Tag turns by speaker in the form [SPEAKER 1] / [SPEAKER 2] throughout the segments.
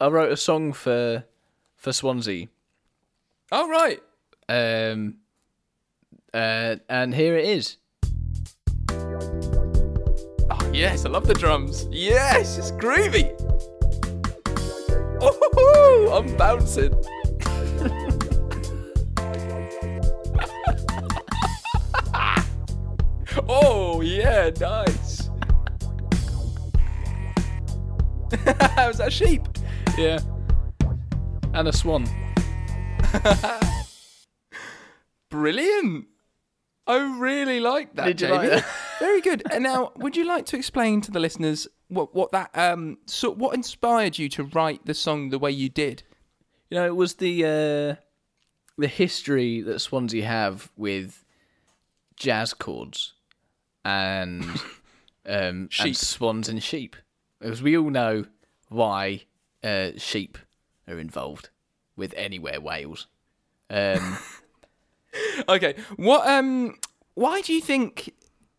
[SPEAKER 1] I wrote a song for for Swansea.
[SPEAKER 2] Oh right.
[SPEAKER 1] Um, uh, and here it is.
[SPEAKER 2] Oh yes, I love the drums. Yes, it's groovy. Oh, I'm bouncing. oh yeah, nice. Was that a sheep?
[SPEAKER 1] Yeah. And a swan.
[SPEAKER 2] Brilliant. I really like that,
[SPEAKER 1] Did you
[SPEAKER 2] Jamie.
[SPEAKER 1] like that?
[SPEAKER 2] Very good. And now, would you like to explain to the listeners what what that um so what inspired you to write the song the way you did?
[SPEAKER 1] You know, it was the uh, the history that Swansea have with jazz chords and um
[SPEAKER 2] Sheep.
[SPEAKER 1] and swans and sheep. As we all know why uh, sheep are involved with anywhere Wales. Um,
[SPEAKER 2] Okay. What um why do you think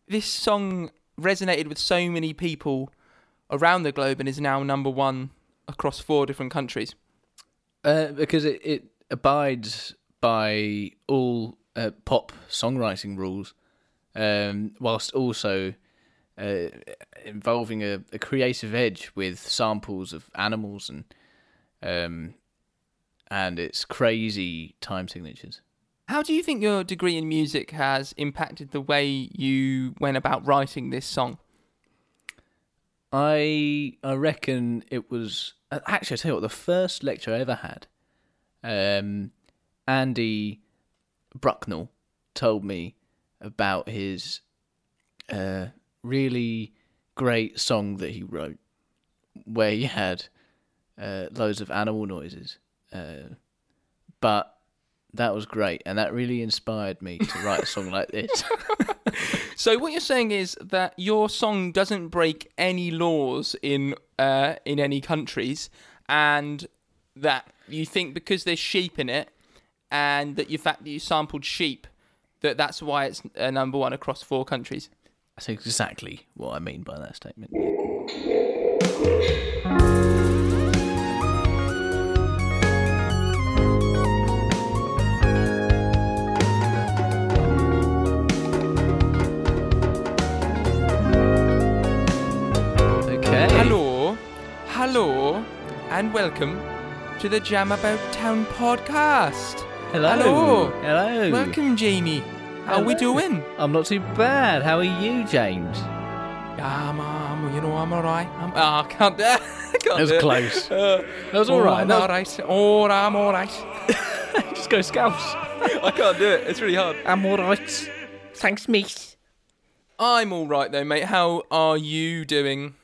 [SPEAKER 2] this song resonated with so many people around the globe and is now number 1 across four different countries?
[SPEAKER 1] Uh, because it, it abides by all uh, pop songwriting rules, um, whilst also uh, involving a, a creative edge with samples of animals and um, and its crazy time signatures.
[SPEAKER 2] How do you think your degree in music has impacted the way you went about writing this song?
[SPEAKER 1] I I reckon it was uh, actually I tell you what the first lecture I ever had, um, Andy Brucknell told me about his uh, really great song that he wrote, where he had uh, loads of animal noises, uh, but that was great and that really inspired me to write a song like this.
[SPEAKER 2] So what you're saying is that your song doesn't break any laws in uh, in any countries, and that you think because there's sheep in it, and that you fact that you sampled sheep, that that's why it's uh, number one across four countries.
[SPEAKER 1] That's exactly what I mean by that statement. Okay.
[SPEAKER 2] Hello, hello, and welcome to the Jam About Town podcast.
[SPEAKER 1] Hello.
[SPEAKER 2] hello.
[SPEAKER 1] Hello.
[SPEAKER 2] Welcome, Jamie. How we
[SPEAKER 1] Hello.
[SPEAKER 2] doing?
[SPEAKER 1] I'm not too bad. How are you, James?
[SPEAKER 2] Ah, I'm, I'm- you know, I'm alright. I'm, ah, I can't. I can't
[SPEAKER 1] That was
[SPEAKER 2] do it.
[SPEAKER 1] close.
[SPEAKER 2] Uh,
[SPEAKER 1] That was all right.
[SPEAKER 2] I'm
[SPEAKER 1] That was-
[SPEAKER 2] all right. Oh, I'm all right.
[SPEAKER 1] Just go Scouts.
[SPEAKER 2] I can't do it. It's really hard.
[SPEAKER 1] I'm alright.
[SPEAKER 3] Thanks, mate.
[SPEAKER 2] I'm all right though, mate. How are you doing?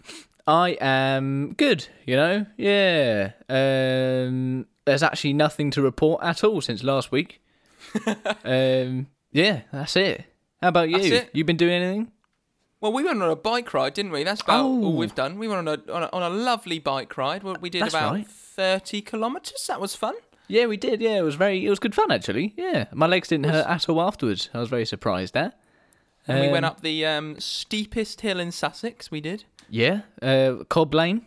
[SPEAKER 1] I am good, you know? Yeah. Um there's actually nothing to report at all since last week. um yeah, that's it. How about you?
[SPEAKER 2] That's it.
[SPEAKER 1] You been doing anything?
[SPEAKER 2] Well, we went on a bike ride, didn't we? That's about
[SPEAKER 1] Oh.
[SPEAKER 2] all we've done. We went on a on a, on a lovely bike ride. What we did
[SPEAKER 1] That's
[SPEAKER 2] about
[SPEAKER 1] right.
[SPEAKER 2] thirty kilometres. That was fun.
[SPEAKER 1] Yeah, we did. Yeah, it was very it was good fun actually. Yeah. My legs didn't hurt at all afterwards. I was very surprised at.
[SPEAKER 2] And we went
[SPEAKER 1] Um,
[SPEAKER 2] up the um, steepest hill in Sussex. We did.
[SPEAKER 1] Yeah. Uh Cobb Lane.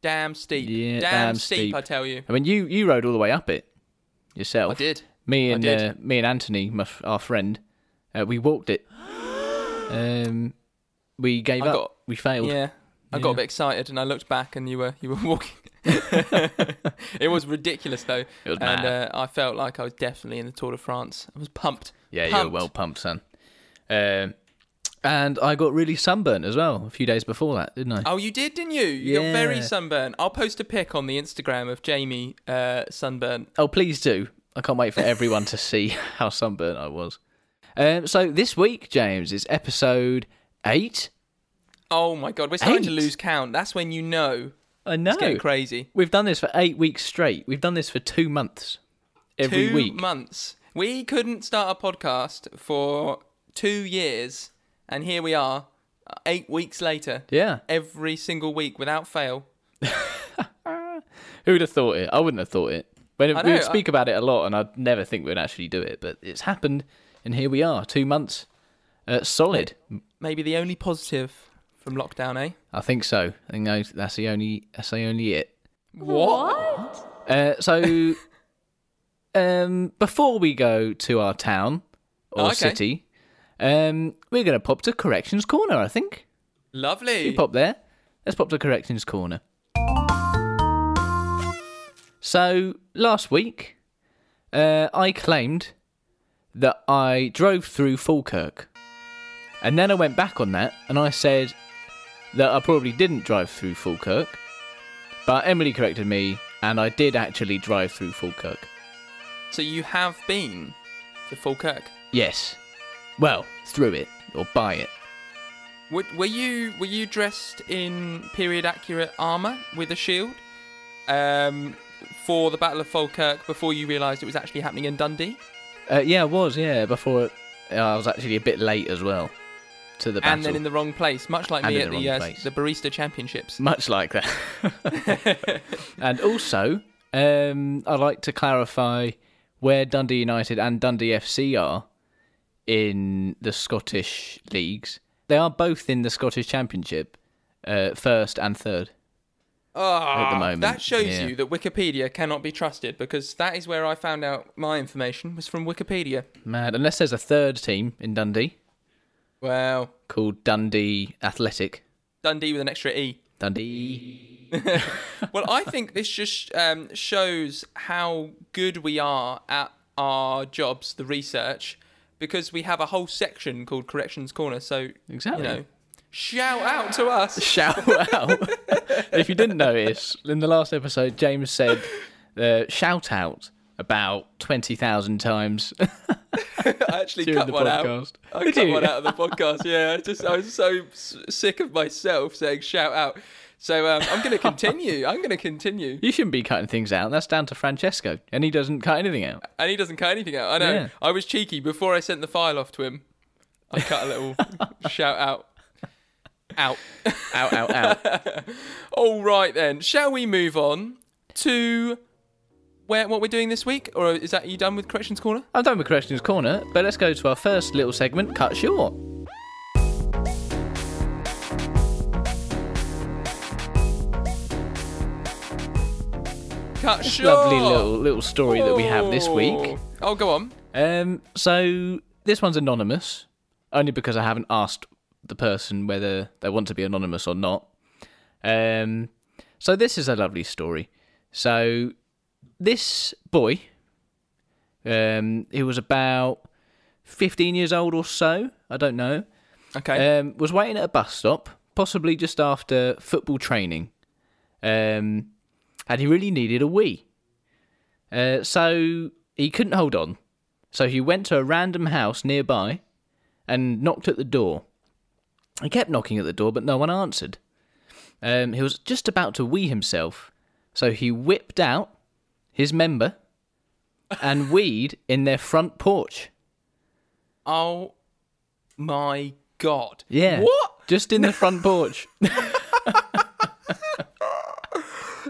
[SPEAKER 2] Damn steep.
[SPEAKER 1] Yeah, damn
[SPEAKER 2] steep,
[SPEAKER 1] steep.
[SPEAKER 2] I tell you.
[SPEAKER 1] I mean you you rode all the way up it yourself.
[SPEAKER 2] I did.
[SPEAKER 1] Me
[SPEAKER 2] I
[SPEAKER 1] and
[SPEAKER 2] did.
[SPEAKER 1] Uh, me and Anthony, my, f- our friend, uh, we walked it. Um, we gave
[SPEAKER 2] I
[SPEAKER 1] up.
[SPEAKER 2] got-
[SPEAKER 1] we failed.
[SPEAKER 2] Yeah. I got a
[SPEAKER 1] Yeah.
[SPEAKER 2] bit excited and I looked back and you were you were walking. it was ridiculous though,
[SPEAKER 1] It was
[SPEAKER 2] and
[SPEAKER 1] mad.
[SPEAKER 2] uh, I felt like I was definitely in the Tour de France. I was pumped.
[SPEAKER 1] yeah, you were
[SPEAKER 2] pumped.
[SPEAKER 1] well pumped, son. Um, and I got really sunburnt as well a few days before that, didn't I?
[SPEAKER 2] Oh, you did, didn't you? You got very
[SPEAKER 1] Yeah.
[SPEAKER 2] sunburned. I'll post a pic on the Instagram of Jamie uh, sunburnt.
[SPEAKER 1] Oh, please do. I can't wait for everyone to see how sunburnt I was. Um, so this week, James, is episode eight.
[SPEAKER 2] Oh my god, we're starting to
[SPEAKER 1] Eight. Oh.
[SPEAKER 2] lose count. That's when you know
[SPEAKER 1] I know.
[SPEAKER 2] it's getting crazy.
[SPEAKER 1] We've done this for eight weeks straight. We've done this for two months every
[SPEAKER 2] two
[SPEAKER 1] week.
[SPEAKER 2] months. We couldn't start a podcast for two years, and here we are, uh, eight weeks later.
[SPEAKER 1] yeah.
[SPEAKER 2] Every single week without fail.
[SPEAKER 1] Who would have thought it? I wouldn't have thought it. When
[SPEAKER 2] I
[SPEAKER 1] we
[SPEAKER 2] know,
[SPEAKER 1] would speak about it a lot, and I'd never think we'd actually do it, but it's happened, and here we are, two months, uh, solid.
[SPEAKER 2] Maybe the only positive from lockdown, eh?
[SPEAKER 1] I think so. I think that's the only. That's the only it.
[SPEAKER 3] What?
[SPEAKER 1] Uh, so, um, before we go to our town or
[SPEAKER 2] Okay.
[SPEAKER 1] city, um, we're going to pop to Corrections Corner, I think.
[SPEAKER 2] Lovely.
[SPEAKER 1] You pop there. Let's pop to Corrections Corner. So, last week, uh, I claimed that I drove through Falkirk. And then I went back on that and I said that I probably didn't drive through Falkirk. But Emily corrected me and I did actually drive through Falkirk.
[SPEAKER 2] So you have been to Falkirk.
[SPEAKER 1] Yes. Well, through it or by it.
[SPEAKER 2] Were, were you were you dressed in period accurate armor with a shield um, for the Battle of Falkirk before you realised it was actually happening in Dundee?
[SPEAKER 1] Uh, yeah, I was, yeah, before uh, I was actually a bit late as well to the battle.
[SPEAKER 2] and then in the wrong place, much like
[SPEAKER 1] And
[SPEAKER 2] me
[SPEAKER 1] in
[SPEAKER 2] at
[SPEAKER 1] the
[SPEAKER 2] the
[SPEAKER 1] wrong
[SPEAKER 2] uh,
[SPEAKER 1] place.
[SPEAKER 2] the barista championships.
[SPEAKER 1] Much like that. and also, um, I'd like to clarify where Dundee United and Dundee FC are in the Scottish leagues. They are both in the Scottish Championship, uh, first and third.
[SPEAKER 2] Ah,
[SPEAKER 1] moment,
[SPEAKER 2] that shows
[SPEAKER 1] yeah.
[SPEAKER 2] you that Wikipedia cannot be trusted because that is where I found out my information was from Wikipedia.
[SPEAKER 1] Mad. Unless there's a third team in Dundee
[SPEAKER 2] Well,
[SPEAKER 1] called Dundee Athletic.
[SPEAKER 2] Dundee with an extra e.
[SPEAKER 1] Dundee.
[SPEAKER 2] well, I think this just um, shows how good we are at our jobs, the research, because we have a whole section called Corrections Corner. So,
[SPEAKER 1] Exactly.
[SPEAKER 2] you know, shout out to us.
[SPEAKER 1] Shout out. if you didn't notice, in the last episode, James said uh, shout out about 20,000 times
[SPEAKER 2] I actually
[SPEAKER 1] during
[SPEAKER 2] cut
[SPEAKER 1] the
[SPEAKER 2] one out.
[SPEAKER 1] podcast.
[SPEAKER 2] I
[SPEAKER 1] Did
[SPEAKER 2] cut
[SPEAKER 1] you?
[SPEAKER 2] one out of the podcast. Yeah, I just I was so s- sick of myself saying shout out. So um, I'm going to continue. I'm going to continue.
[SPEAKER 1] You shouldn't be cutting things out. That's down to Francesco, and he doesn't cut anything out.
[SPEAKER 2] And he doesn't cut anything out. I know.
[SPEAKER 1] Yeah.
[SPEAKER 2] I was cheeky before I sent the file off to him. I cut a little shout out. Out.
[SPEAKER 1] Out, out, out.
[SPEAKER 2] All right then. Shall we move on to where what we're doing this week, or is that are you done with corrections corner?
[SPEAKER 1] I'm done with Corrections Corner, but let's go to our first little segment, Cut Short.
[SPEAKER 2] Cut short.
[SPEAKER 1] Lovely little little story that we have this week.
[SPEAKER 2] Oh, go on.
[SPEAKER 1] Um, so this one's anonymous, only because I haven't asked the person whether they want to be anonymous or not. Um, so this is a lovely story. So this boy, um, he was about fifteen years old or so. I don't know.
[SPEAKER 2] Okay.
[SPEAKER 1] Um, was waiting at a bus stop, possibly just after football training, um, and he really needed a wee. Uh, so he couldn't hold on. So he went to a random house nearby and knocked at the door. He kept knocking at the door, but no one answered. Um, he was just about to wee himself, so he whipped out his member and weed in their front porch.
[SPEAKER 2] oh my god.
[SPEAKER 1] Yeah.
[SPEAKER 2] What?
[SPEAKER 1] Just in the front porch.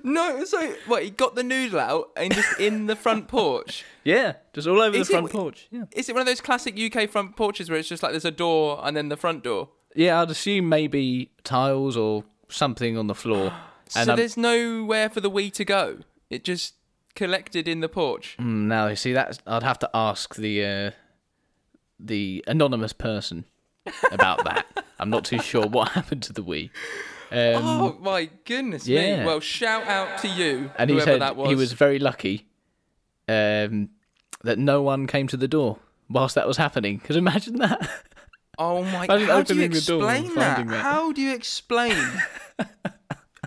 [SPEAKER 2] No. So what? He got the noodle out and just in the front porch.
[SPEAKER 1] Yeah, just all over
[SPEAKER 2] Is
[SPEAKER 1] the
[SPEAKER 2] it-
[SPEAKER 1] front porch. Yeah.
[SPEAKER 2] Is it one of those classic UK front porches where it's just like there's a door and then the front door?
[SPEAKER 1] yeah, I'd assume maybe tiles or something on the floor. And um,
[SPEAKER 2] so
[SPEAKER 1] I'm-
[SPEAKER 2] there's nowhere for the wee to go. It just collected in the porch.
[SPEAKER 1] Mm, now you see that's I'd have to ask the uh, the anonymous person about that. I'm not too sure what happened to the Wii. Um,
[SPEAKER 2] Oh my goodness
[SPEAKER 1] yeah.
[SPEAKER 2] me! Well, shout out to you,
[SPEAKER 1] and he
[SPEAKER 2] whoever
[SPEAKER 1] said
[SPEAKER 2] that was.
[SPEAKER 1] he was very lucky um, that no one came to the door whilst that was happening. Because imagine that.
[SPEAKER 2] Oh my!
[SPEAKER 1] Imagine
[SPEAKER 2] How do you
[SPEAKER 1] opening the door and
[SPEAKER 2] explain that?
[SPEAKER 1] finding that.
[SPEAKER 2] How do you explain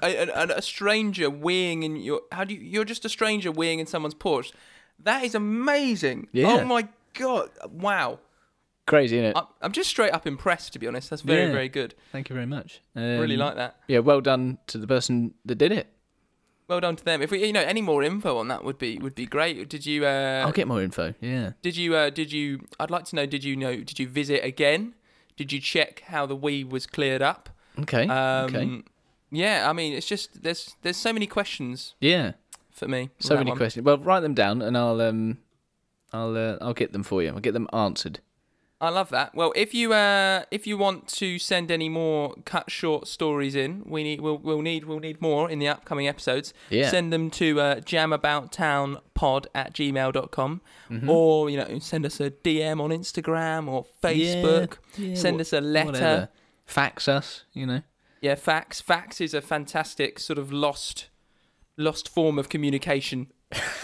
[SPEAKER 2] a, a, a stranger weeing in your? How do you? You're just a stranger weeing in someone's porch. That is amazing.
[SPEAKER 1] Yeah.
[SPEAKER 2] Oh my god! Wow.
[SPEAKER 1] Crazy, innit?
[SPEAKER 2] I'm, I'm just straight up impressed, to be honest. That's very,
[SPEAKER 1] Yeah.
[SPEAKER 2] very good.
[SPEAKER 1] Uh, Thank you very much. Um,
[SPEAKER 2] Really like that.
[SPEAKER 1] Yeah, well done to the person that did it.
[SPEAKER 2] Well done to them. If we, you know, any more info on that would be would be great. Did you? Uh,
[SPEAKER 1] I'll get more info. Yeah.
[SPEAKER 2] Did you? Uh, did you? I'd like to know. Did you know? Did you visit again? Did you check how the wee was cleared up?
[SPEAKER 1] Okay.
[SPEAKER 2] Um,
[SPEAKER 1] okay.
[SPEAKER 2] Yeah, I mean, it's just there's there's so many questions
[SPEAKER 1] Yeah.
[SPEAKER 2] for me. with
[SPEAKER 1] So
[SPEAKER 2] that
[SPEAKER 1] many
[SPEAKER 2] one.
[SPEAKER 1] questions. Well, write them down, and I'll um, I'll uh, I'll get them for you. I'll get them answered.
[SPEAKER 2] I love that. Well, if you uh, if you want to send any more cut short stories in, we need we'll, we'll need we'll need more in the upcoming episodes.
[SPEAKER 1] Yeah.
[SPEAKER 2] Send them to uh, jamabouttownpod at gmail.com
[SPEAKER 1] Mm-hmm.
[SPEAKER 2] or you know send us a DM on Instagram or Facebook.
[SPEAKER 1] Yeah,
[SPEAKER 2] send
[SPEAKER 1] wha-
[SPEAKER 2] us a letter.
[SPEAKER 1] Whatever. Fax us, you know.
[SPEAKER 2] Yeah, fax. Fax is a fantastic sort of lost, lost form of communication.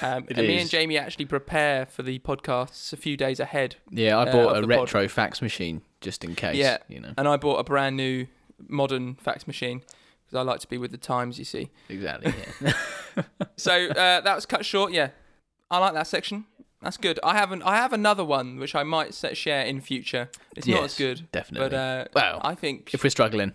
[SPEAKER 2] Um,
[SPEAKER 1] It
[SPEAKER 2] and me
[SPEAKER 1] is.
[SPEAKER 2] and Jamie actually prepare for the podcasts a few days ahead.
[SPEAKER 1] Yeah, I
[SPEAKER 2] Uh,
[SPEAKER 1] bought
[SPEAKER 2] of
[SPEAKER 1] a
[SPEAKER 2] the pod.
[SPEAKER 1] retro fax machine just in case.
[SPEAKER 2] Yeah.
[SPEAKER 1] you know
[SPEAKER 2] And I bought a brand new modern fax machine because I like to be with the times, you see.
[SPEAKER 1] exactly. Yeah.
[SPEAKER 2] So uh, that was cut short. Yeah, I like that section. That's good. I haven't. I have another one which I might se- share in future. It's not
[SPEAKER 1] Yes,
[SPEAKER 2] as good,
[SPEAKER 1] definitely.
[SPEAKER 2] But uh,
[SPEAKER 1] Well,
[SPEAKER 2] I think
[SPEAKER 1] if we're struggling,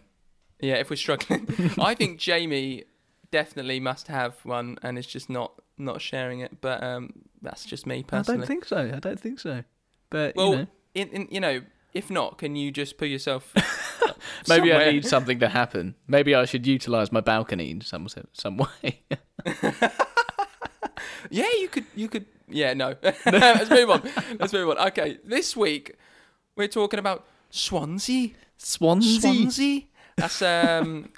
[SPEAKER 2] yeah, if we're struggling, I think Jamie definitely must have one, and is just not not sharing it. But um, that's just me personally.
[SPEAKER 1] think so. I don't think so. But
[SPEAKER 2] well, in, in you know, if not, can you just put yourself?
[SPEAKER 1] maybe I
[SPEAKER 2] somewhere?
[SPEAKER 1] need something to happen. Maybe I should utilize my balcony in some some way.
[SPEAKER 2] Yeah, you could. You could. Yeah, no. Let's move on. Let's move on. Okay, this week we're talking about Swansea.
[SPEAKER 1] Swansea.
[SPEAKER 2] Swansea. That's um.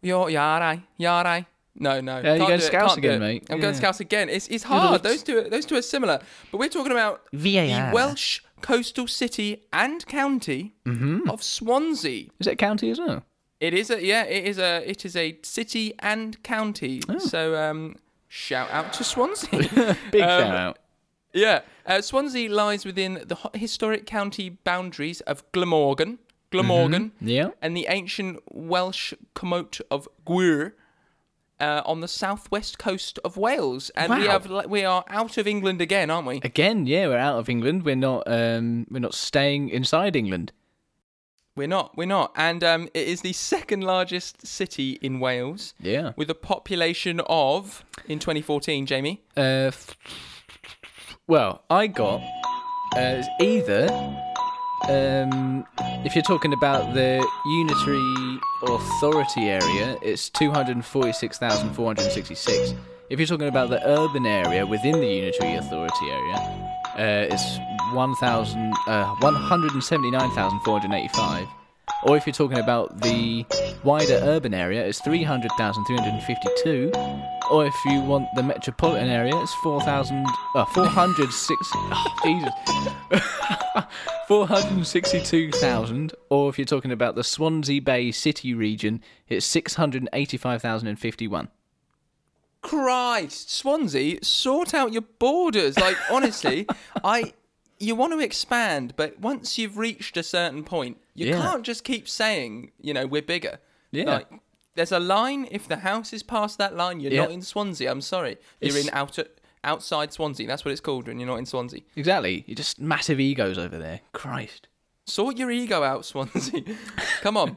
[SPEAKER 2] You're Yarai. Yarai. No, no.
[SPEAKER 1] Yeah, you're
[SPEAKER 2] can't
[SPEAKER 1] going
[SPEAKER 2] do it,
[SPEAKER 1] Scouse
[SPEAKER 2] can't do
[SPEAKER 1] again,
[SPEAKER 2] it.
[SPEAKER 1] mate.
[SPEAKER 2] I'm going
[SPEAKER 1] Yeah.
[SPEAKER 2] Scouse again. It's it's
[SPEAKER 1] Good
[SPEAKER 2] hard.
[SPEAKER 1] lord.
[SPEAKER 2] Those two. are- Those two are similar. But we're talking about the
[SPEAKER 1] VAR.
[SPEAKER 2] Welsh coastal city and county of Swansea.
[SPEAKER 1] Is it a county as well?
[SPEAKER 2] It is a yeah. It is a it is a city and county. So um, shout out to Swansea.
[SPEAKER 1] Big
[SPEAKER 2] Um,
[SPEAKER 1] shout out.
[SPEAKER 2] Yeah. Uh, Swansea lies within the ho- historic county boundaries of Glamorgan, Glamorgan,
[SPEAKER 1] Yeah.
[SPEAKER 2] and the ancient Welsh commote of Gwir. Uh, on the southwest coast of Wales, and we
[SPEAKER 1] Wow.
[SPEAKER 2] have li- we are out of England again, aren't we?
[SPEAKER 1] Again, yeah, we're out of England. We're not um we're not staying inside England.
[SPEAKER 2] We're not, we're not, and um, it is the second largest city in Wales,
[SPEAKER 1] Yeah.
[SPEAKER 2] with a population of in 2014, Jamie.
[SPEAKER 1] Uh f- well, I got uh, either um if you're talking about the unitary authority area, it's 246,466. If you're talking about the urban area within the unitary authority area, uh, it's 1,000 uh, 179,485. Or if you're talking about the wider urban area, it's 300,352. Or if you want the metropolitan area, it's 4,000, uh, 406, oh, Jesus, 462,000. Or if you're talking about the Swansea Bay city region, it's 685,051.
[SPEAKER 2] Christ, Swansea, sort out your borders. Like honestly, I you want to expand, but once you've reached a certain point, you
[SPEAKER 1] Yeah.
[SPEAKER 2] can't just keep saying, you know, we're bigger.
[SPEAKER 1] Yeah.
[SPEAKER 2] Like there's a line if the house is past that line, you're
[SPEAKER 1] Yeah.
[SPEAKER 2] not in Swansea. I'm sorry. You're
[SPEAKER 1] It's-
[SPEAKER 2] in outer outside Swansea. That's what it's called when you're not in Swansea.
[SPEAKER 1] Exactly. You're just massive egos over there. Christ.
[SPEAKER 2] Sort your ego out, Swansea. Come on.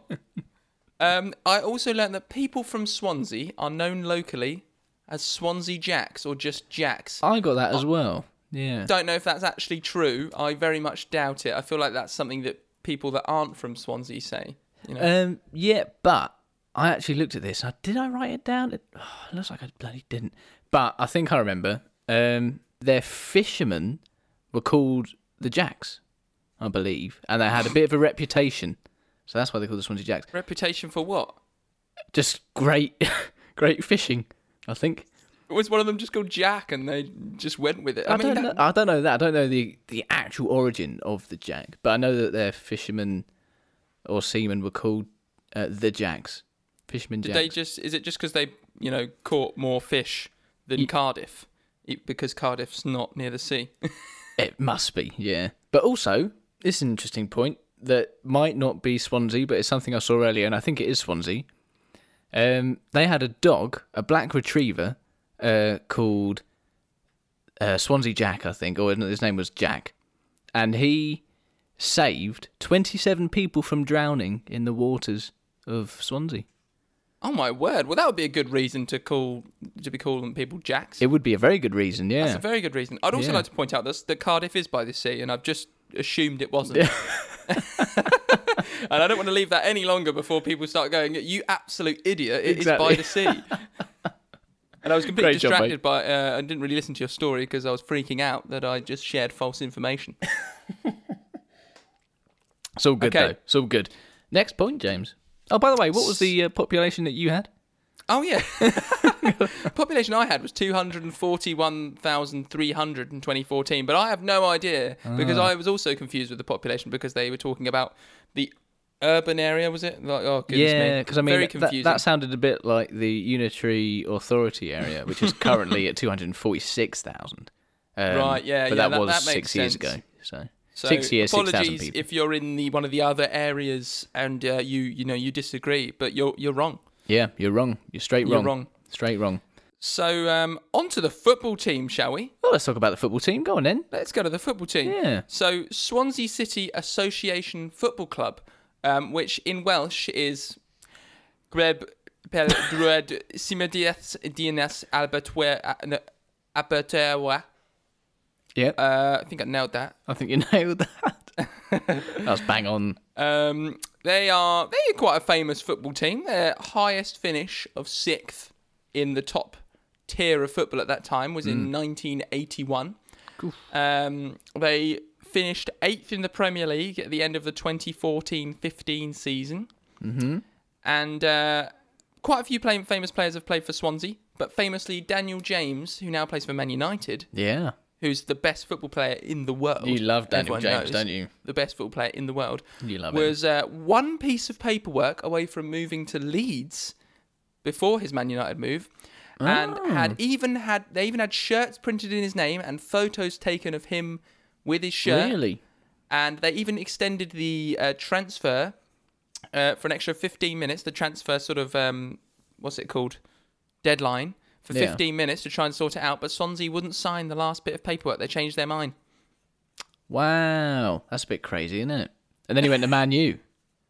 [SPEAKER 2] um, I also learned that people from Swansea are known locally as Swansea Jacks or just Jacks.
[SPEAKER 1] I got that as well. Yeah.
[SPEAKER 2] don't know if that's actually true. I very much doubt it. I feel like that's something that people that aren't from Swansea say. You know,
[SPEAKER 1] Um, yeah, but I actually looked at this. I, did I write it down? It, oh, it looks like I bloody didn't. But I think I remember. Um, their fishermen were called the Jacks, I believe, and they had a bit of a reputation. So that's why they called the Swansea Jacks.
[SPEAKER 2] reputation for what?
[SPEAKER 1] Just great, great fishing. I think.
[SPEAKER 2] Was one of them just called Jack and they just went with it?
[SPEAKER 1] I, don't know. I don't know that. I don't know the the actual origin of the Jack, but I know that their fishermen or seamen were called uh, the Jacks. Fishermen
[SPEAKER 2] did
[SPEAKER 1] Jacks.
[SPEAKER 2] they just? Is it just because they, you know, caught more fish than Cardiff? E- Because Cardiff's not near the sea.
[SPEAKER 1] It must be, yeah. But also, this is an interesting point that might not be Swansea, but it's something I saw earlier, and I think it is Swansea. Um, they had a dog, a black retriever, uh, called uh, Swansea Jack, I think, or his name was Jack, and he saved twenty-seven people from drowning in the waters of Swansea.
[SPEAKER 2] oh my word! Well, that would be a good reason to call to be calling people Jacks.
[SPEAKER 1] It would be a very good reason, yeah.
[SPEAKER 2] That's a very good reason. I'd also
[SPEAKER 1] Yeah.
[SPEAKER 2] like to point out this, that Cardiff is by the sea, and I've just assumed it wasn't. and I don't want to leave that any longer before people start going, "You absolute idiot! It is by
[SPEAKER 1] Exactly.
[SPEAKER 2] the sea." and I was completely
[SPEAKER 1] Great job,
[SPEAKER 2] distracted by. Uh, I didn't really listen to your story because I was freaking out that I just shared false information.
[SPEAKER 1] It's all good
[SPEAKER 2] Okay.
[SPEAKER 1] though. It's all good. Next point, James. Oh, by the way, what was the uh, population that you had?
[SPEAKER 2] Oh yeah. Population I had was 241,300 in 2014, but I have no idea because
[SPEAKER 1] Ah.
[SPEAKER 2] I was also confused with the population because they were talking about the urban area was it? Like oh goodness
[SPEAKER 1] yeah,
[SPEAKER 2] me.
[SPEAKER 1] because I mean,
[SPEAKER 2] very
[SPEAKER 1] that- that,
[SPEAKER 2] confusing.
[SPEAKER 1] that sounded a bit like the unitary authority area, which is currently at two hundred forty-six thousand. Um,
[SPEAKER 2] Right, yeah,
[SPEAKER 1] but
[SPEAKER 2] yeah,
[SPEAKER 1] that,
[SPEAKER 2] that-
[SPEAKER 1] was
[SPEAKER 2] that makes
[SPEAKER 1] six years
[SPEAKER 2] sense.
[SPEAKER 1] ago. So,
[SPEAKER 2] so
[SPEAKER 1] six years, six thousand
[SPEAKER 2] apologies
[SPEAKER 1] people.
[SPEAKER 2] if you're in the one of the other areas and uh, you you know you disagree, but you're you're wrong.
[SPEAKER 1] yeah, you're wrong. You're straight
[SPEAKER 2] You're
[SPEAKER 1] wrong.
[SPEAKER 2] wrong.
[SPEAKER 1] Straight wrong.
[SPEAKER 2] So um on to the football team, shall we?
[SPEAKER 1] Well, let's talk about the football team. Go on then.
[SPEAKER 2] Let's go to the football team.
[SPEAKER 1] Yeah.
[SPEAKER 2] So Swansea City Association Football Club, um, which in Welsh is Greb Pel Drwed Simediaeth Dinas Albertwe a- no, Abertawe.
[SPEAKER 1] Yeah,
[SPEAKER 2] Uh, I think I nailed that.
[SPEAKER 1] I think you nailed that. that was bang on.
[SPEAKER 2] Um, they are they are quite a famous football team. Their highest finish of sixth in the top tier of football at that time was
[SPEAKER 1] Hmm.
[SPEAKER 2] in 1981.
[SPEAKER 1] Oof.
[SPEAKER 2] Um, they finished eighth in the Premier League at the end of the 2014-15 season,
[SPEAKER 1] Mm-hmm.
[SPEAKER 2] and uh, quite a few play- famous players have played for Swansea. But famously, Daniel James, who now plays for Man United,
[SPEAKER 1] Yeah,
[SPEAKER 2] who's the best football player in the world.
[SPEAKER 1] you love Daniel
[SPEAKER 2] Everyone
[SPEAKER 1] James,
[SPEAKER 2] knows
[SPEAKER 1] don't you?
[SPEAKER 2] The best football player in the world
[SPEAKER 1] You love him.
[SPEAKER 2] was uh, one piece of paperwork away from moving to Leeds before his Man United move, and
[SPEAKER 1] Oh.
[SPEAKER 2] had even had they even had shirts printed in his name and photos taken of him with his shirt,
[SPEAKER 1] Really?
[SPEAKER 2] and they even extended the uh, transfer uh, for an extra 15 minutes. The transfer sort of um, what's it called deadline for
[SPEAKER 1] Yeah.
[SPEAKER 2] 15 minutes to try and sort it out, but Swansea wouldn't sign the last bit of paperwork. They changed their mind.
[SPEAKER 1] Wow, that's a bit crazy, isn't it? And then he went to Man U.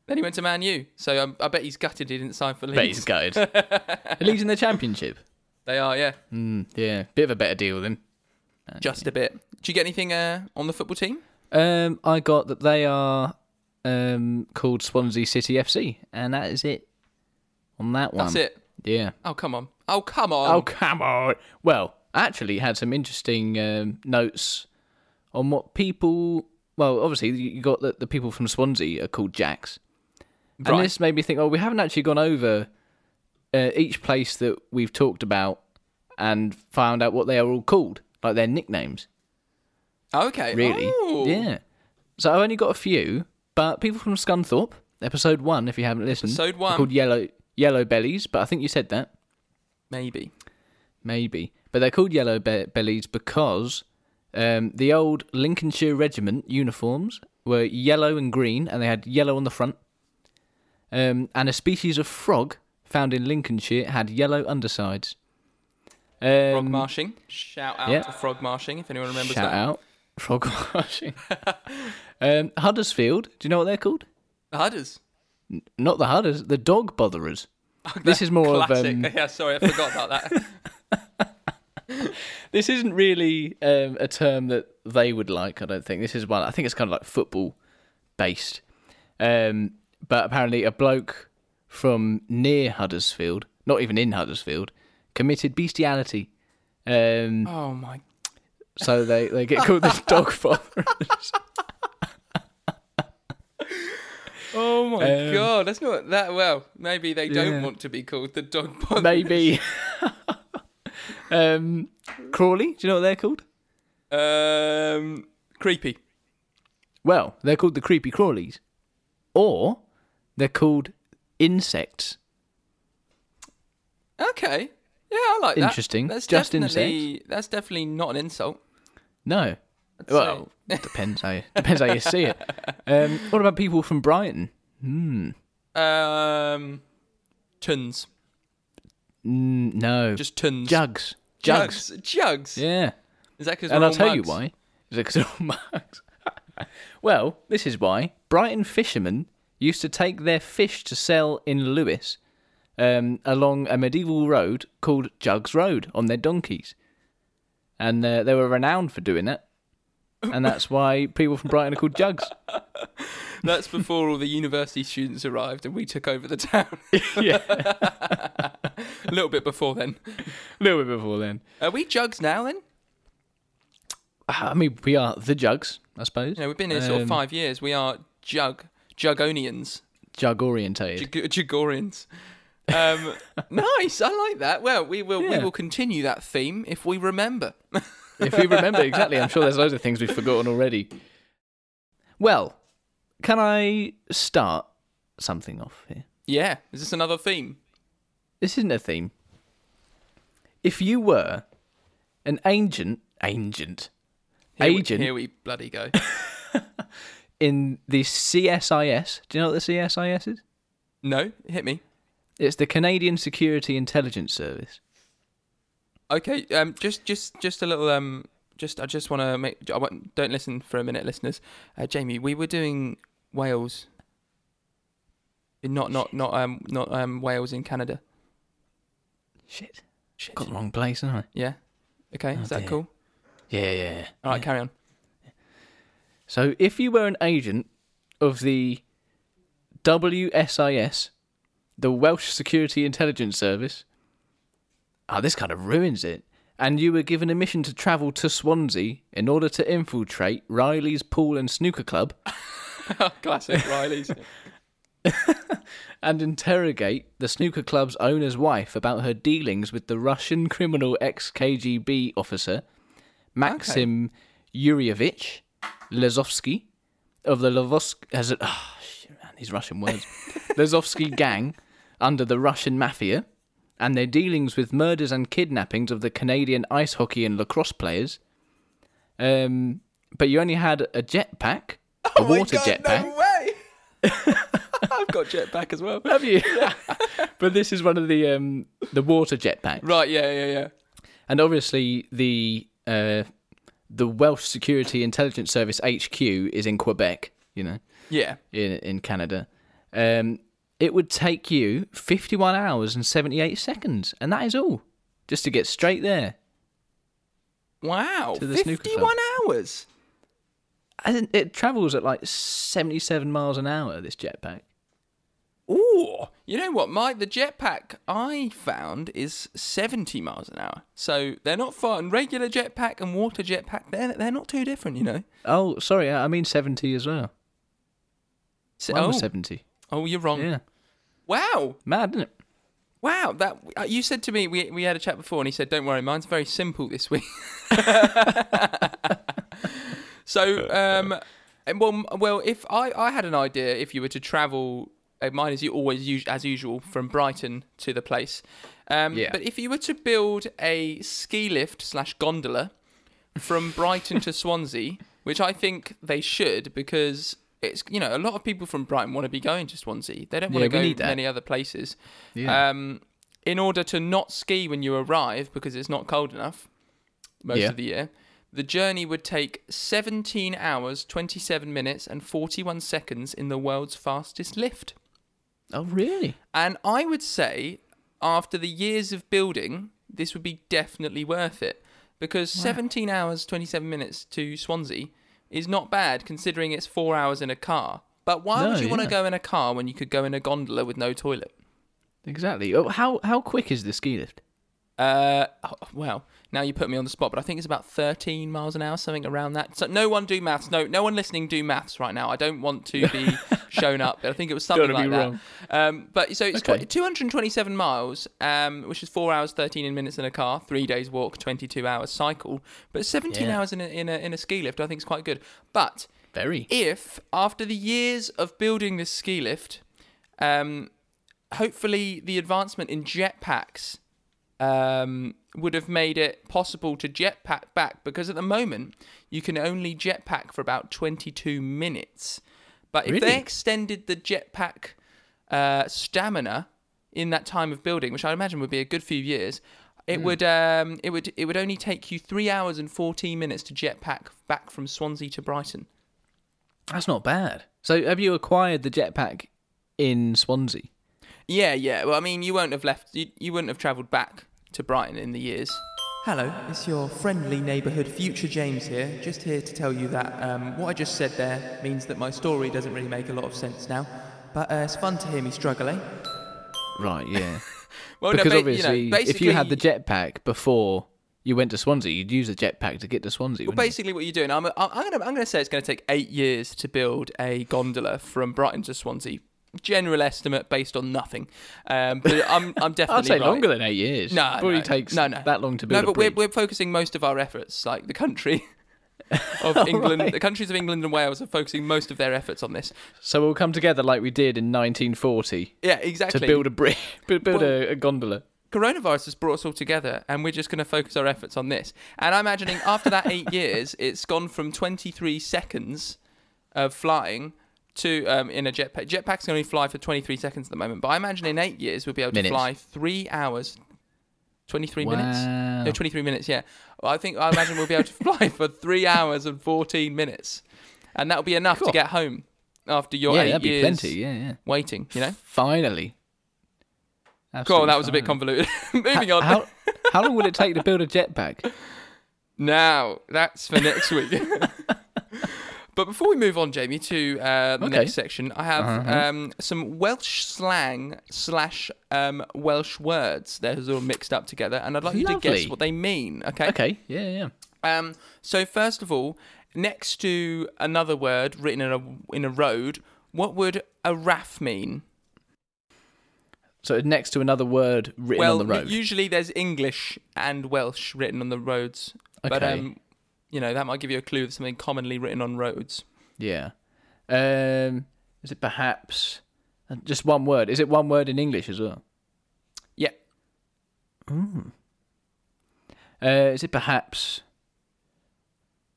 [SPEAKER 2] Then he went to Man U, so um, I bet he's gutted he didn't sign for Leeds.
[SPEAKER 1] Bet he's gutted. At least in the championship.
[SPEAKER 2] They are, yeah.
[SPEAKER 1] Mm, yeah, bit of a better deal with him.
[SPEAKER 2] Just a bit. Do you get anything uh, on the football team?
[SPEAKER 1] Um, I got that they are um, called Swansea City FC, and that is it on that one.
[SPEAKER 2] That's it.
[SPEAKER 1] Yeah.
[SPEAKER 2] Oh come on. Oh come on.
[SPEAKER 1] Oh come on. Well, actually, had some interesting um, notes on what people. Well, obviously, you you got that the people from Swansea are called Jacks, and
[SPEAKER 2] Right.
[SPEAKER 1] this made me think. Oh, we haven't actually gone over uh, each place that we've talked about and found out what they are all called, like their nicknames.
[SPEAKER 2] okay.
[SPEAKER 1] really.
[SPEAKER 2] Oh.
[SPEAKER 1] Yeah. So I've only got a few, but people from Scunthorpe, episode one, if you haven't listened,
[SPEAKER 2] Episode
[SPEAKER 1] are
[SPEAKER 2] one.
[SPEAKER 1] called Yellow Yellow Bellies, but I think you said that
[SPEAKER 2] Maybe.
[SPEAKER 1] maybe, but they're called Yellow Be- Bellies because um, the old Lincolnshire Regiment uniforms were yellow and green, and they had yellow on the front. Um, and a species of frog found in Lincolnshire had yellow undersides.
[SPEAKER 2] Frog
[SPEAKER 1] Um,
[SPEAKER 2] marshing. Shout out
[SPEAKER 1] yeah.
[SPEAKER 2] to frog marshing if anyone remembers
[SPEAKER 1] shout
[SPEAKER 2] that.
[SPEAKER 1] out, frog marching. um, Huddersfield. Do you know what they're called?
[SPEAKER 2] The Hudders.
[SPEAKER 1] not the Hudders, the dog botherers. This is more of
[SPEAKER 2] Classic.
[SPEAKER 1] um,
[SPEAKER 2] yeah, sorry, I forgot about that.
[SPEAKER 1] this isn't really um, a term that they would like. I don't think this is one. I think it's kind of like football based. Um, but apparently, a bloke from near Huddersfield, not even in Huddersfield, committed bestiality. Um,
[SPEAKER 2] Oh my.
[SPEAKER 1] so they, they get called the dog botherers.
[SPEAKER 2] Oh my
[SPEAKER 1] Um,
[SPEAKER 2] god. That's not that well. Maybe they
[SPEAKER 1] Yeah.
[SPEAKER 2] don't want to be called the dog pod.
[SPEAKER 1] Maybe. um, Crawley, do you know what they're called?
[SPEAKER 2] Um creepy.
[SPEAKER 1] Well, they're called the creepy crawlies, or they're called insects.
[SPEAKER 2] Okay. Yeah, I like that.
[SPEAKER 1] Interesting.
[SPEAKER 2] That's
[SPEAKER 1] Just
[SPEAKER 2] definitely that's definitely not an insult.
[SPEAKER 1] No, well, depends how depends how you see it. Um, what about people from Brighton? Hmm.
[SPEAKER 2] Um Tuns.
[SPEAKER 1] Mm, no,
[SPEAKER 2] Just tuns.
[SPEAKER 1] jugs. jugs,
[SPEAKER 2] Jugs. Jugs.
[SPEAKER 1] Yeah,
[SPEAKER 2] Is that because
[SPEAKER 1] and I'll tell you why. Is it 'cause they're all mugs? well, this is why Brighton fishermen used to take their fish to sell in Lewis um, along a medieval road called Jugs Road on their donkeys. And uh, they were renowned for doing that. And that's why people from Brighton are called Jugs.
[SPEAKER 2] That's before all the university students arrived and we took over the town.
[SPEAKER 1] yeah, a
[SPEAKER 2] a little bit before then.
[SPEAKER 1] little bit before then.
[SPEAKER 2] Are we jugs now then?
[SPEAKER 1] I mean, we are the Jugs, I suppose.
[SPEAKER 2] You know, we've been here sort of
[SPEAKER 1] Um,
[SPEAKER 2] five years. We are jug Jugonians,
[SPEAKER 1] Jug orientated.
[SPEAKER 2] Jug- Jugorians. Um, nice, I like that. Well, we will we
[SPEAKER 1] Yeah.
[SPEAKER 2] will continue that theme if we remember.
[SPEAKER 1] if we remember exactly, I'm sure there's loads of things we've forgotten already. Well, can I start something off here?
[SPEAKER 2] yeah, is this another theme?
[SPEAKER 1] This isn't a theme. If you were an agent, agent
[SPEAKER 2] Here we-
[SPEAKER 1] Agent.
[SPEAKER 2] here we bloody go.
[SPEAKER 1] in the CSIS, do you know what the CSIS is?
[SPEAKER 2] no, hit me.
[SPEAKER 1] It's the Canadian Security Intelligence Service.
[SPEAKER 2] Okay, um, just just just a little um, just I just want to make I want, don't listen for a minute, listeners. Uh, Jamie, we were doing Wales, not not not um not um Wales in Canada.
[SPEAKER 1] Shit,
[SPEAKER 2] Shit.
[SPEAKER 1] got the wrong place, haven't I?
[SPEAKER 2] Yeah. Okay, is that
[SPEAKER 1] Oh, dear.
[SPEAKER 2] cool?
[SPEAKER 1] Yeah, yeah. yeah.
[SPEAKER 2] All right, carry on.
[SPEAKER 1] So if you were an agent of the WSIS, the Welsh Security Intelligence Service, ah, this kind of ruins it. And you were given a mission to travel to Swansea in order to infiltrate Riley's Pool and Snooker Club
[SPEAKER 2] Classic Riley's.
[SPEAKER 1] and interrogate the snooker club's owner's wife about her dealings with the Russian criminal ex KGB officer Maxim Yuryevich Lazovsky of the Lovosky as it oh, shit, man, these Russian words Lazovsky gang under the Russian mafia and their dealings with murders and kidnappings of the Canadian ice hockey and lacrosse players. Um, but you only had a jetpack, a water jetpack.
[SPEAKER 2] way. I've got jetpack as well.
[SPEAKER 1] Have you? but this is one of the um, the water jetpacks,
[SPEAKER 2] Right, yeah, yeah, yeah.
[SPEAKER 1] and obviously the uh, the Welsh Security Intelligence Service HQ is in Quebec, you know,
[SPEAKER 2] Yeah.
[SPEAKER 1] in in Canada. Um, it would take you 51 hours and 78 seconds, and that is all, just to get straight there.
[SPEAKER 2] Wow.
[SPEAKER 1] To the snooker
[SPEAKER 2] 51 hours.
[SPEAKER 1] And it travels at like 77 miles an hour. This jetpack.
[SPEAKER 2] Ooh. You know what, Mike? The jetpack I found is 70 miles an hour. So they're not far. And regular jetpack and water jetpack, they're, they're not too different, you know?
[SPEAKER 1] Oh, sorry, I I mean 70 as well.
[SPEAKER 2] So,
[SPEAKER 1] Mine was
[SPEAKER 2] oh,
[SPEAKER 1] 70.
[SPEAKER 2] oh, you're wrong.
[SPEAKER 1] Yeah,
[SPEAKER 2] Wow.
[SPEAKER 1] mad, isn't it?
[SPEAKER 2] Wow, that uh, you said to me we we had a chat before, and he said, "Don't worry, mine's very simple this week." so, um, and well, well, if I I had an idea, if you were to travel, uh, mine is you always us- as usual from Brighton to the place. Um,
[SPEAKER 1] Yeah.
[SPEAKER 2] But if you were to build a ski lift slash gondola from Brighton to Swansea, which I think they should because. It's you know a lot of people from Brighton want to be going to Swansea. They don't want
[SPEAKER 1] Yeah, we
[SPEAKER 2] to
[SPEAKER 1] need
[SPEAKER 2] go
[SPEAKER 1] that.
[SPEAKER 2] many other places
[SPEAKER 1] Yeah.
[SPEAKER 2] um, in order to not ski when you arrive because it's not cold enough most
[SPEAKER 1] Yeah.
[SPEAKER 2] of the year, the journey would take 17 hours, 27 minutes, and 41 seconds in the world's fastest lift.
[SPEAKER 1] oh, really?
[SPEAKER 2] And I would say, after the years of building, this would be definitely worth it because 17 hours, 27 minutes to Swansea is not bad considering it's four hours in a car. But why
[SPEAKER 1] No,
[SPEAKER 2] would you want to
[SPEAKER 1] yeah.
[SPEAKER 2] go in a car when you could go in a gondola with no toilet?
[SPEAKER 1] Exactly. Oh, How how quick is the ski lift?
[SPEAKER 2] Uh, oh, well, now you put me on the spot, but I think it's about 13 miles an hour, something around that. So no one do maths. No, no one listening do maths right now. I don't want to be shown up, but I think it was something
[SPEAKER 1] Don't
[SPEAKER 2] like
[SPEAKER 1] wanna be
[SPEAKER 2] that. Um, but so it's
[SPEAKER 1] Okay.
[SPEAKER 2] tw- 227 miles, um, which is four hours 13 minutes in a car, three days walk, 22 hours cycle, but 17
[SPEAKER 1] Yeah.
[SPEAKER 2] hours in a, in a in a ski lift. I think is quite good. But
[SPEAKER 1] Very.
[SPEAKER 2] if after the years of building this ski lift, um, hopefully the advancement in jetpacks um, would have made it possible to jetpack back because at the moment you can only jetpack for about 22 minutes. But if they
[SPEAKER 1] Really?
[SPEAKER 2] extended the jetpack uh, stamina in that time of building, which I imagine would be a good few years, it would um, it would it would only take you three hours and 14 minutes to jetpack back from Swansea to Brighton.
[SPEAKER 1] That's not bad. So have you acquired the jetpack in Swansea?
[SPEAKER 2] Yeah, yeah. Well, I mean, you won't have left. You, you wouldn't have travelled back to Brighton in the years. Hello, it's your friendly neighbourhood future James here. Just here to tell you that um, what I just said there means that my story doesn't really make a lot of sense now. But uh, it's fun to hear me eh? struggling.
[SPEAKER 1] Right, yeah.
[SPEAKER 2] Well,
[SPEAKER 1] because
[SPEAKER 2] Oh, no, ba-
[SPEAKER 1] obviously
[SPEAKER 2] you know,
[SPEAKER 1] if you had the
[SPEAKER 2] basically-
[SPEAKER 1] jetpack before you went to Swansea, you'd use a jetpack to get to Swansea.
[SPEAKER 2] Well,
[SPEAKER 1] wouldn't you?
[SPEAKER 2] basically, what you're doing, I'm, I'm gonna, I'm gonna say it's gonna take eight years to build a gondola from Brighton to Swansea. General estimate based on nothing, um, but I'm, I'm definitely.
[SPEAKER 1] I'd say
[SPEAKER 2] right.
[SPEAKER 1] longer than eight years.
[SPEAKER 2] No,
[SPEAKER 1] probably
[SPEAKER 2] no.
[SPEAKER 1] takes
[SPEAKER 2] No, no.
[SPEAKER 1] that long to build.
[SPEAKER 2] No,
[SPEAKER 1] a
[SPEAKER 2] but we're,
[SPEAKER 1] bridge.
[SPEAKER 2] we're focusing most of our efforts, like the country of England, the countries of England and Wales are focusing most of their efforts on this.
[SPEAKER 1] so we'll come together like we did in 1940
[SPEAKER 2] Yeah, exactly.
[SPEAKER 1] to build a bridge, build
[SPEAKER 2] Well-
[SPEAKER 1] a, a gondola.
[SPEAKER 2] Coronavirus has brought us all together, and we're just going to focus our efforts on this. And I'm imagining after that eight years, it's gone from 23 seconds of flying to um, in a jetpack. Jetpacks can only fly for 23 seconds at the moment, but I imagine in eight years we'll be able to
[SPEAKER 1] Minutes.
[SPEAKER 2] fly three hours, 23
[SPEAKER 1] wow.
[SPEAKER 2] minutes.
[SPEAKER 1] Oh.
[SPEAKER 2] No, 23 minutes, yeah. Well, I think I imagine we'll be able to fly for three hours and 14 minutes. And that'll be enough to
[SPEAKER 1] Cool.
[SPEAKER 2] get home after your
[SPEAKER 1] yeah,
[SPEAKER 2] eight
[SPEAKER 1] that'd be
[SPEAKER 2] years
[SPEAKER 1] plenty. Yeah, yeah.
[SPEAKER 2] waiting, you know?
[SPEAKER 1] Finally.
[SPEAKER 2] Cool,
[SPEAKER 1] Absolutely
[SPEAKER 2] that was a bit
[SPEAKER 1] finally.
[SPEAKER 2] convoluted. Moving on.
[SPEAKER 1] How, how long would it take to build a jetpack?
[SPEAKER 2] Now, that's for next week. but before we move on, Jamie, to uh, the
[SPEAKER 1] Okay. Uh-huh,
[SPEAKER 2] next section, I have um, some Welsh slang slash um, Welsh words. They're all mixed up together, and I'd like you to guess
[SPEAKER 1] Lovely.
[SPEAKER 2] what they mean,
[SPEAKER 1] Okay, yeah, yeah.
[SPEAKER 2] Um, so first of all, next to another word written in a in a road, what would a raff mean?
[SPEAKER 1] So next to another word written
[SPEAKER 2] well,
[SPEAKER 1] on the road.
[SPEAKER 2] usually there's English and Welsh written on the roads, but
[SPEAKER 1] Okay.
[SPEAKER 2] um, you know that might give you a clue of something commonly written on roads.
[SPEAKER 1] Yeah. Um, is it perhaps uh, just one word? Is it one word in English as well? Hmm.
[SPEAKER 2] Yeah,
[SPEAKER 1] Uh, is it perhaps?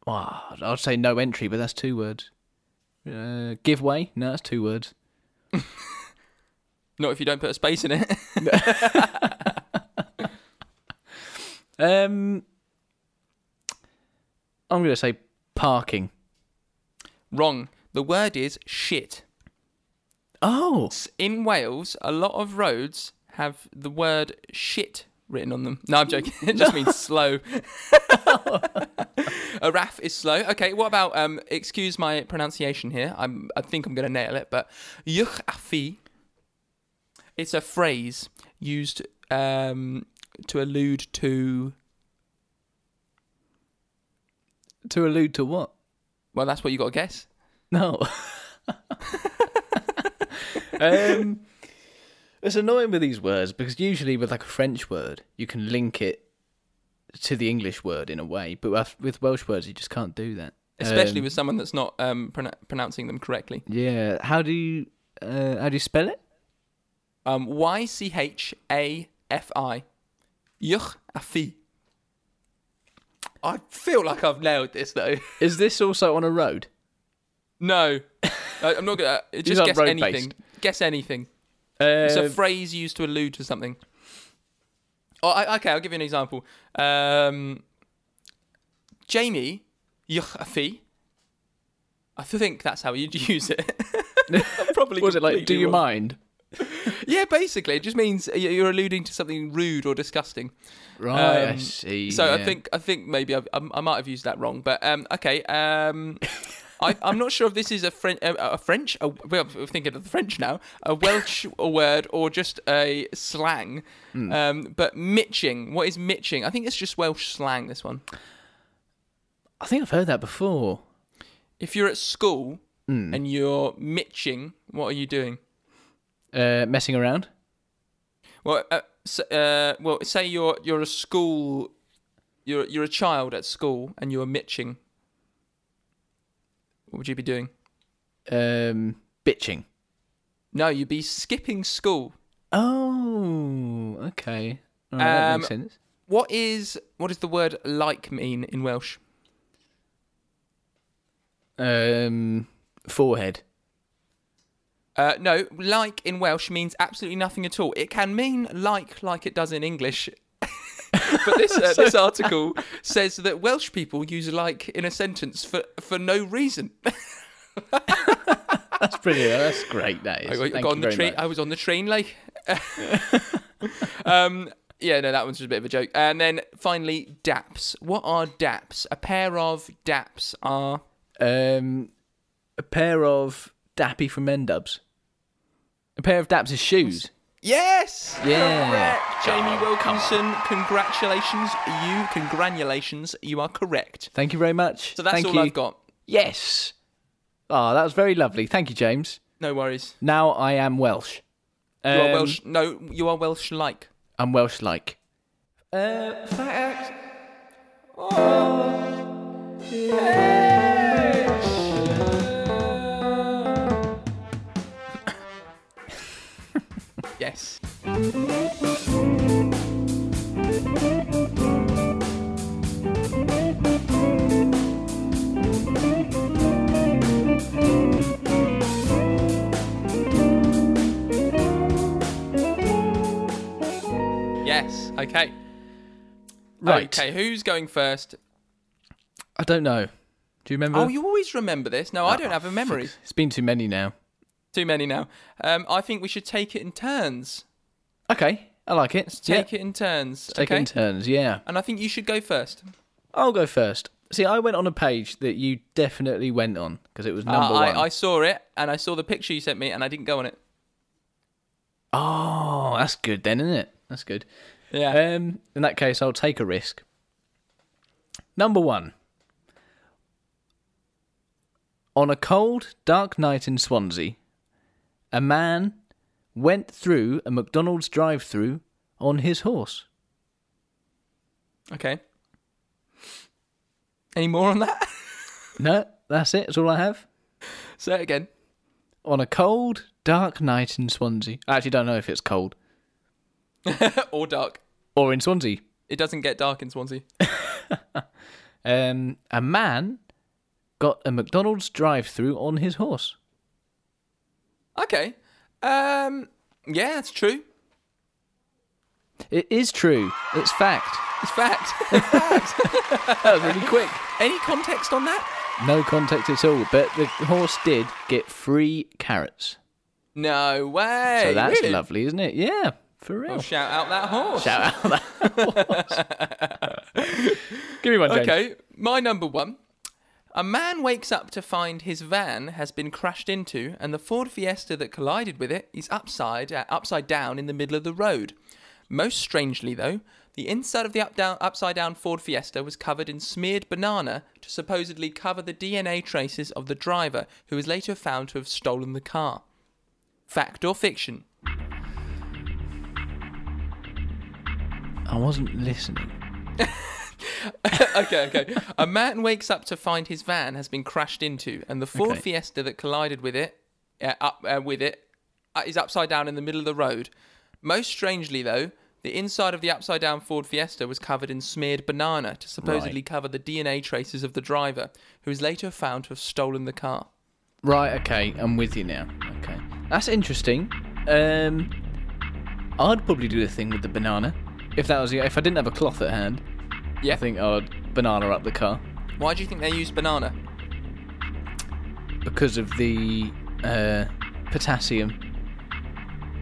[SPEAKER 1] Wow, I'd say no entry, but that's two words. Uh, give way? No, that's two words.
[SPEAKER 2] not if you don't put a space in it.
[SPEAKER 1] Um, I'm going to say parking.
[SPEAKER 2] Wrong. The word is shit.
[SPEAKER 1] Oh,
[SPEAKER 2] S- In Wales, a lot of roads have the word shit written on them. No, I'm joking. It just means slow. a raff is slow. Okay, what about um excuse my pronunciation here. I'm I think I'm going to nail it, but yuch afi it's a phrase used um to allude to
[SPEAKER 1] to allude to what?
[SPEAKER 2] well, that's what you got to guess.
[SPEAKER 1] No. um, it's annoying with these words because usually with like a French word, you can link it to the English word in a way, but with- with Welsh words, you just can't do that.
[SPEAKER 2] Especially
[SPEAKER 1] Um,
[SPEAKER 2] with someone that's not um pronu- pronouncing them correctly.
[SPEAKER 1] yeah. How do you uh, how do you spell it?
[SPEAKER 2] Um Y C H A F I. Yuch afi. I feel like I've nailed this though.
[SPEAKER 1] Is this also on a road?
[SPEAKER 2] No. I- I'm not gonna uh, just
[SPEAKER 1] aren't
[SPEAKER 2] guess
[SPEAKER 1] road-based.
[SPEAKER 2] anything. Guess anything.
[SPEAKER 1] Uh,
[SPEAKER 2] It's a phrase used to allude to something. Oh, I, okay, I'll give you an example. Um, Jamie, yuch afi. I think that's how you'd use it. I'm probably
[SPEAKER 1] was it like? Do
[SPEAKER 2] completely
[SPEAKER 1] you
[SPEAKER 2] wrong.
[SPEAKER 1] mind?
[SPEAKER 2] Yeah, basically, it just means y- you're alluding to something rude or disgusting.
[SPEAKER 1] Right. I
[SPEAKER 2] Um,
[SPEAKER 1] see.
[SPEAKER 2] So I
[SPEAKER 1] yeah.
[SPEAKER 2] think I think maybe I've, I, I might have used that wrong, but um, okay. Um, I, I'm not sure if this is a French, a, a French. A, well, I'm thinking of the French now. A Welsh word or just a slang. Um, but mitching. What is mitching? I think it's just Welsh slang. This one.
[SPEAKER 1] I think I've heard that before.
[SPEAKER 2] If you're at school and you're mitching, what are you doing?
[SPEAKER 1] Uh, messing around.
[SPEAKER 2] Well, uh, s uh, well, say you're you're a school, you're you're a child at school and you're mitching. What would you be doing?
[SPEAKER 1] Um, bitching.
[SPEAKER 2] No, you'd be skipping school.
[SPEAKER 1] Oh, okay. All right, that makes
[SPEAKER 2] Um,
[SPEAKER 1] sense.
[SPEAKER 2] What is what does the word like mean in Welsh?
[SPEAKER 1] Um, forehead.
[SPEAKER 2] Uh, no, like in Welsh means absolutely nothing at all. It can mean like like it does in English. but this uh, this article says that Welsh people use like in a sentence for for no reason.
[SPEAKER 1] That's brilliant. That's great. That is.
[SPEAKER 2] I got, I
[SPEAKER 1] Thank
[SPEAKER 2] Oh, got
[SPEAKER 1] you
[SPEAKER 2] on the
[SPEAKER 1] very
[SPEAKER 2] train.
[SPEAKER 1] much.
[SPEAKER 2] I was on the train, like. um, yeah, no, that one's just a bit of a joke. And then finally, daps. What are daps? A pair of daps are.
[SPEAKER 1] Um, a pair of Dappy from Mendubs. A pair of Daps' shoes.
[SPEAKER 2] Yes.
[SPEAKER 1] Yeah.
[SPEAKER 2] Correct. Jamie Wilkinson, congratulations. You, congratulations. You are correct.
[SPEAKER 1] Thank you very much.
[SPEAKER 2] So that's
[SPEAKER 1] Thank
[SPEAKER 2] all
[SPEAKER 1] you.
[SPEAKER 2] I've got.
[SPEAKER 1] Yes. Ah, that was very lovely. Thank you, James.
[SPEAKER 2] No worries.
[SPEAKER 1] Now I am Welsh.
[SPEAKER 2] You
[SPEAKER 1] Um,
[SPEAKER 2] are Welsh. No, you are Welsh like.
[SPEAKER 1] I'm Welsh like. Uh, fact.
[SPEAKER 2] Yes. Yes. Okay.
[SPEAKER 1] Right.
[SPEAKER 2] Okay. Who's going first?
[SPEAKER 1] I don't know. Do you remember?
[SPEAKER 2] Oh, you always remember this. No,
[SPEAKER 1] Oh,
[SPEAKER 2] I don't have a memory.
[SPEAKER 1] It's been too many now.
[SPEAKER 2] Too many now. Um, I think we should take it in turns.
[SPEAKER 1] Okay, I like it. Yeah,
[SPEAKER 2] Take it in turns.
[SPEAKER 1] Take
[SPEAKER 2] okay.
[SPEAKER 1] it in turns. Yeah.
[SPEAKER 2] and I think you should go first.
[SPEAKER 1] I'll go first. See, I went on a page that you definitely went on because it was number
[SPEAKER 2] Uh, I,
[SPEAKER 1] one.
[SPEAKER 2] I, I saw it and I saw the picture you sent me and I didn't go on it.
[SPEAKER 1] Oh, that's good then, isn't it? That's good.
[SPEAKER 2] Yeah.
[SPEAKER 1] Um, in that case, I'll take a risk. Number one. On a cold, dark night in Swansea, a man went through a McDonald's drive through on his horse. Uh,
[SPEAKER 2] okay. Any more on that?
[SPEAKER 1] No, that's it. That's all I have.
[SPEAKER 2] Say it again.
[SPEAKER 1] On a cold, dark night in Swansea. I actually don't know if it's cold.
[SPEAKER 2] or dark.
[SPEAKER 1] Or in Swansea.
[SPEAKER 2] It doesn't get dark in Swansea.
[SPEAKER 1] Um, a man got a McDonald's drive through on his horse.
[SPEAKER 2] Okay. Um. Yeah, it's true.
[SPEAKER 1] It is true. It's fact.
[SPEAKER 2] It's fact.
[SPEAKER 1] That was really quick.
[SPEAKER 2] Any context on that?
[SPEAKER 1] No contact at all, but the horse did get free carrots.
[SPEAKER 2] No way.
[SPEAKER 1] So that's
[SPEAKER 2] Really?
[SPEAKER 1] lovely, isn't it? Yeah, for real.
[SPEAKER 2] Well, shout out that horse.
[SPEAKER 1] Oh, Shout out that horse. Give me one, James.
[SPEAKER 2] Okay, my number one. A man wakes up to find his van has been crashed into, and the Ford Fiesta that collided with it is upside uh, upside down in the middle of the road. Most strangely, though, the inside of the up down, upside down Ford Fiesta was covered in smeared banana to supposedly cover the DNA traces of the driver, who was later found to have stolen the car. Fact or fiction?
[SPEAKER 1] I wasn't listening.
[SPEAKER 2] okay, okay. A man wakes up to find his van has been crashed into, and the Ford
[SPEAKER 1] Okay.
[SPEAKER 2] Fiesta that collided with it, uh, up uh, with it, uh, is upside down in the middle of the road. Most strangely, though, the inside of the upside down Ford Fiesta was covered in smeared banana to supposedly
[SPEAKER 1] Right.
[SPEAKER 2] cover the DNA traces of the driver, who was later found to have stolen the car.
[SPEAKER 1] Right, okay, I'm with you now. Okay. That's interesting. Um I'd probably do the thing with the banana. If that was the- if I didn't have a cloth at hand,
[SPEAKER 2] Yeah.
[SPEAKER 1] I think I'd banana up the car
[SPEAKER 2] Why do you think they used banana?
[SPEAKER 1] because of the uh, potassium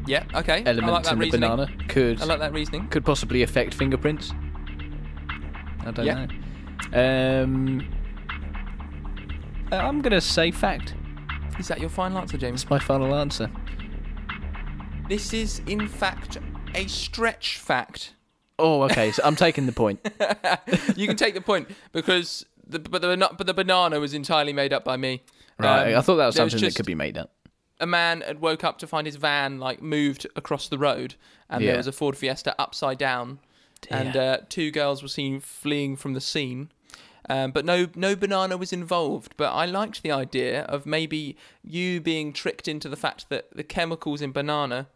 [SPEAKER 2] Yeah. Okay. I like
[SPEAKER 1] element
[SPEAKER 2] that
[SPEAKER 1] in the
[SPEAKER 2] reasoning.
[SPEAKER 1] banana could
[SPEAKER 2] I like that reasoning.
[SPEAKER 1] could possibly affect fingerprints. I don't
[SPEAKER 2] Yeah.
[SPEAKER 1] know. Um, uh, I'm gonna say fact.
[SPEAKER 2] Is that your final answer, James?
[SPEAKER 1] It's my final answer.
[SPEAKER 2] This is, in fact, a stretch fact.
[SPEAKER 1] Oh, okay. So I'm taking the point.
[SPEAKER 2] you can take the point because the but the bana- but the banana was entirely made up by me.
[SPEAKER 1] Right.
[SPEAKER 2] Um,
[SPEAKER 1] I thought that was
[SPEAKER 2] there
[SPEAKER 1] something
[SPEAKER 2] just
[SPEAKER 1] that could be made up.
[SPEAKER 2] A man had woke up to find his van like moved across the road, and
[SPEAKER 1] Yeah.
[SPEAKER 2] there was a Ford Fiesta upside down, and uh, two girls were seen fleeing from the scene. Um, but no, no banana was involved. But I liked the idea of maybe you being tricked into the fact that the chemicals in banana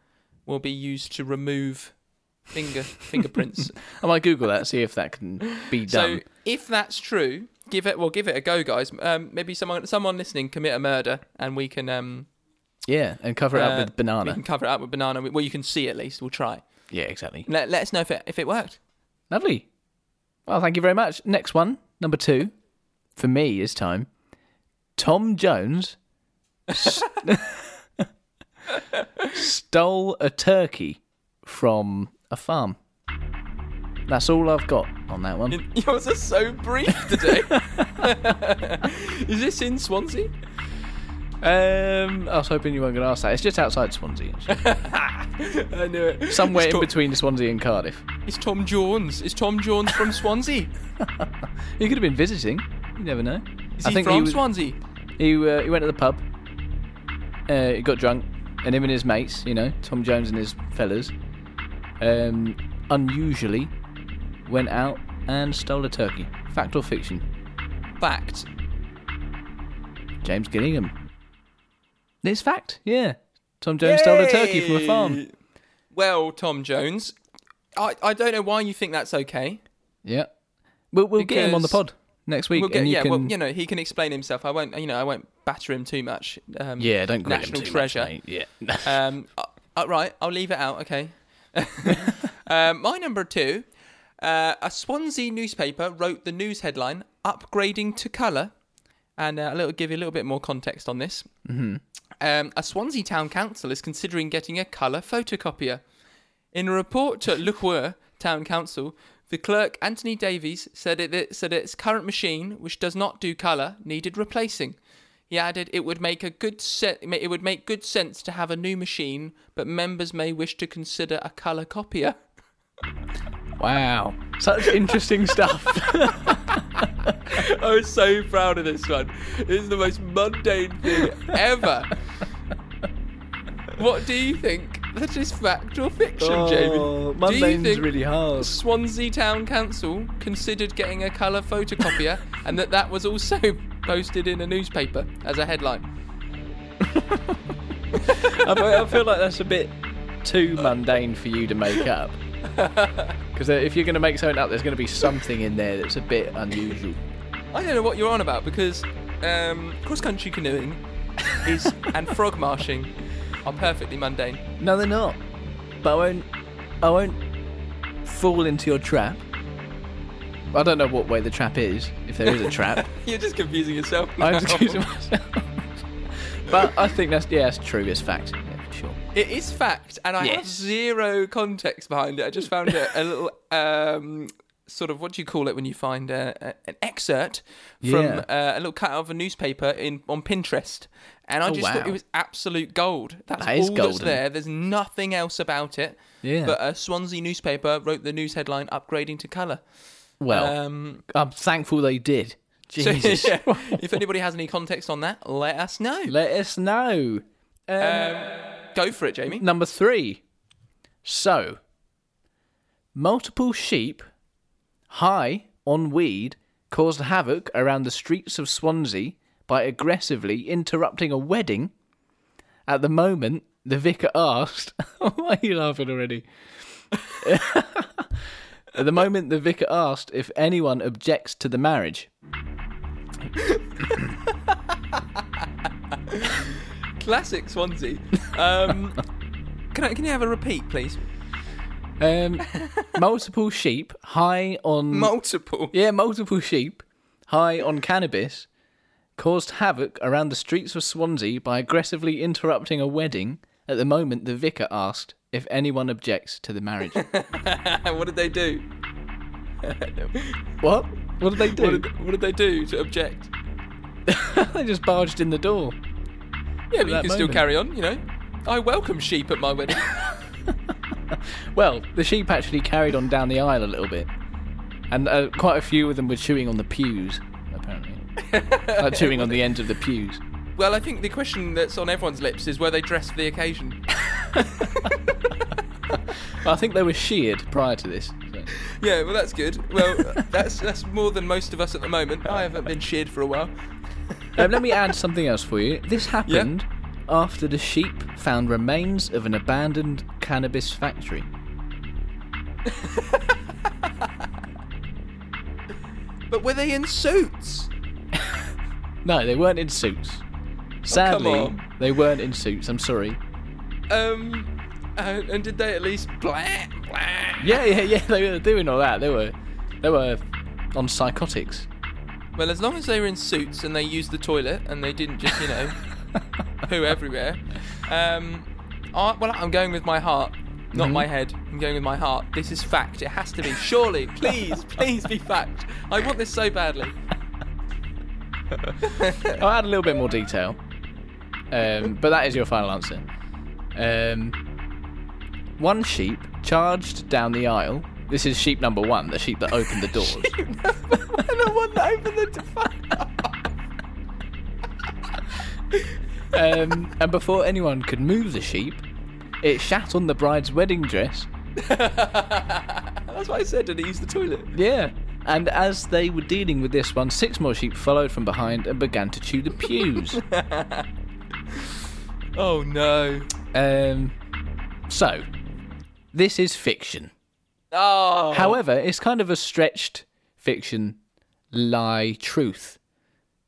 [SPEAKER 2] will be used to remove finger fingerprints
[SPEAKER 1] I might Google that see if that can be done.
[SPEAKER 2] So if that's true, give it well, give it a go, guys. Um, maybe someone someone listening commit a murder, and we can um
[SPEAKER 1] yeah, and cover it
[SPEAKER 2] uh,
[SPEAKER 1] up with
[SPEAKER 2] we
[SPEAKER 1] banana.
[SPEAKER 2] can cover it up with banana. Well, you can see at least. We'll try.
[SPEAKER 1] Yeah, exactly.
[SPEAKER 2] Let, let us know if it if it worked.
[SPEAKER 1] Lovely. Well, thank you very much. Next one, number two, for me this time. Tom Jones s- stole a turkey from a farm. That's all I've got on that one.
[SPEAKER 2] Yours are so brief today. Is this in Swansea?
[SPEAKER 1] Um, I was hoping you weren't going to ask that. It's just outside Swansea, actually.
[SPEAKER 2] I knew it.
[SPEAKER 1] somewhere
[SPEAKER 2] It's
[SPEAKER 1] in
[SPEAKER 2] Tom-
[SPEAKER 1] between Swansea and Cardiff.
[SPEAKER 2] It's Tom Jones. It's Tom Jones from Swansea.
[SPEAKER 1] He could have been visiting. You never know.
[SPEAKER 2] Is
[SPEAKER 1] I
[SPEAKER 2] he
[SPEAKER 1] think
[SPEAKER 2] from
[SPEAKER 1] he, was-
[SPEAKER 2] Swansea?
[SPEAKER 1] he, uh, he went to the pub. Uh, he got drunk, and him and his mates, you know, Tom Jones and his fellas, um, unusually went out and stole a turkey. Fact or fiction?
[SPEAKER 2] Fact.
[SPEAKER 1] James Gillingham. It's fact, yeah. Tom Jones stole a turkey from a farm.
[SPEAKER 2] Yay! Well, Tom Jones, I, I don't know why you think that's okay.
[SPEAKER 1] Yeah. We'll, we'll get him on the
[SPEAKER 2] Because
[SPEAKER 1] pod next week,
[SPEAKER 2] We'll get,
[SPEAKER 1] and you
[SPEAKER 2] yeah,
[SPEAKER 1] can.
[SPEAKER 2] well, you know, he can explain himself. I won't, you know, I won't batter him too much. Um,
[SPEAKER 1] yeah, don't grill
[SPEAKER 2] national
[SPEAKER 1] him too
[SPEAKER 2] treasure.
[SPEAKER 1] Much, mate. Yeah.
[SPEAKER 2] Um, uh, uh, right, I'll leave it out. Okay. um, my number two, uh, a Swansea newspaper wrote the news headline "Upgrading to Colour," and uh, I'll give you a little bit more context on this. Um, a Swansea town council is considering getting a colour photocopier. In a report to Lukwer Town Council, the clerk Anthony Davies said it, it said its current machine, which does not do colour, needed replacing. He added, "It would make a good se- ma- It would make good sense to have a new machine, but members may wish to consider a colour copier."
[SPEAKER 1] wow. Such interesting stuff.
[SPEAKER 2] I was so proud of this one. It's the most mundane thing ever. what do you think? That is fact or fiction,
[SPEAKER 1] Oh.
[SPEAKER 2] Jamie? do you think
[SPEAKER 1] hard.
[SPEAKER 2] Swansea Town Council considered getting a colour photocopier, and that that was also posted in a newspaper as a headline?
[SPEAKER 1] I, fe- I feel like that's a bit too mundane for you to make up. Because if you're going to make something up, there's going to be something in there that's a bit unusual.
[SPEAKER 2] I don't know what you're on about because um, cross-country canoeing is and frog marshing are perfectly mundane.
[SPEAKER 1] No, they're not. But I won't. I won't fall into your trap. I don't know what way the trap is, if there is a trap.
[SPEAKER 2] You're just confusing yourself.
[SPEAKER 1] I'm
[SPEAKER 2] now.
[SPEAKER 1] excusing myself. but I think that's yeah, that's true. It's fact. Yeah, for sure.
[SPEAKER 2] It is fact, and I have
[SPEAKER 1] Yes.
[SPEAKER 2] zero context behind it. I just found it a little um, sort of what do you call it when you find uh, a, an excerpt from
[SPEAKER 1] Yeah.
[SPEAKER 2] uh, a little cut out of a newspaper in on Pinterest, and I
[SPEAKER 1] Oh,
[SPEAKER 2] just thought
[SPEAKER 1] wow.
[SPEAKER 2] it was absolute gold. That's
[SPEAKER 1] That is
[SPEAKER 2] all that's
[SPEAKER 1] golden.
[SPEAKER 2] there. There's nothing else about it.
[SPEAKER 1] Yeah.
[SPEAKER 2] But a Swansea newspaper wrote the news headline "Upgrading to Colour."
[SPEAKER 1] Well,
[SPEAKER 2] Um,
[SPEAKER 1] I'm thankful they did.
[SPEAKER 2] so
[SPEAKER 1] Jesus.
[SPEAKER 2] yeah, if anybody has any context on that, let us know.
[SPEAKER 1] Let us know.
[SPEAKER 2] Go for it, Jamie.
[SPEAKER 1] Number three. So, multiple sheep high on weed caused havoc around the streets of Swansea by aggressively interrupting a wedding. At the moment, the vicar asked, Why are you laughing already? At the moment, the vicar asked if anyone objects to the marriage.
[SPEAKER 2] Classic Swansea. Um, can I, can you have a repeat, please?
[SPEAKER 1] Um, multiple sheep high on
[SPEAKER 2] Multiple.
[SPEAKER 1] Yeah, multiple sheep high on cannabis caused havoc around the streets of Swansea by aggressively interrupting a wedding. At the moment, the vicar asked if anyone objects to the marriage.
[SPEAKER 2] what did they do?
[SPEAKER 1] what? What did they do?
[SPEAKER 2] What did, what did they do to object?
[SPEAKER 1] they just barged in the door.
[SPEAKER 2] Yeah, but you can
[SPEAKER 1] that
[SPEAKER 2] still
[SPEAKER 1] moment.
[SPEAKER 2] carry on, you know. I welcome sheep at my wedding.
[SPEAKER 1] Well, the sheep actually carried on down the aisle a little bit, and uh, quite a few of them were chewing on the pews, apparently. like chewing on the ends of the pews.
[SPEAKER 2] well, I think the question that's on everyone's lips is were they dressed for the occasion?
[SPEAKER 1] I think they were sheared prior to this. so.
[SPEAKER 2] yeah, well, that's good. Well, that's that's more than most of us at the moment. I haven't been sheared for a while.
[SPEAKER 1] Um, let me add something else for you. This happened after the sheep found remains of an abandoned cannabis factory.
[SPEAKER 2] But were they in suits?
[SPEAKER 1] No, they weren't in suits. Sadly,
[SPEAKER 2] on.
[SPEAKER 1] they weren't in suits. I'm sorry.
[SPEAKER 2] Um, uh, and did they at least blah blah?
[SPEAKER 1] Yeah, yeah, yeah. They were doing all that. They were, they were on psychotics.
[SPEAKER 2] Well, as long as they were in suits and they used the toilet and they didn't just, you know, poo everywhere. Um, I, well, I'm going with my heart, not
[SPEAKER 1] Mm-hmm.
[SPEAKER 2] my head. I'm going with my heart. This is fact. It has to be. Surely, please, please be fact. I want this so badly.
[SPEAKER 1] I'll add a little bit more detail. Um, but that is your final answer. Um, one sheep charged down the aisle. This is sheep number one, the sheep that opened the doors.
[SPEAKER 2] the one that opened the door.
[SPEAKER 1] um, and before anyone could move the sheep, it shat on the bride's wedding dress.
[SPEAKER 2] That's what I said. Did it use the toilet?
[SPEAKER 1] Yeah. And as they were dealing with this one, six more sheep followed from behind and began to chew the pews.
[SPEAKER 2] Oh no.
[SPEAKER 1] um, so, this is fiction.
[SPEAKER 2] Oh.
[SPEAKER 1] However, it's kind of a stretched fiction, lie, truth.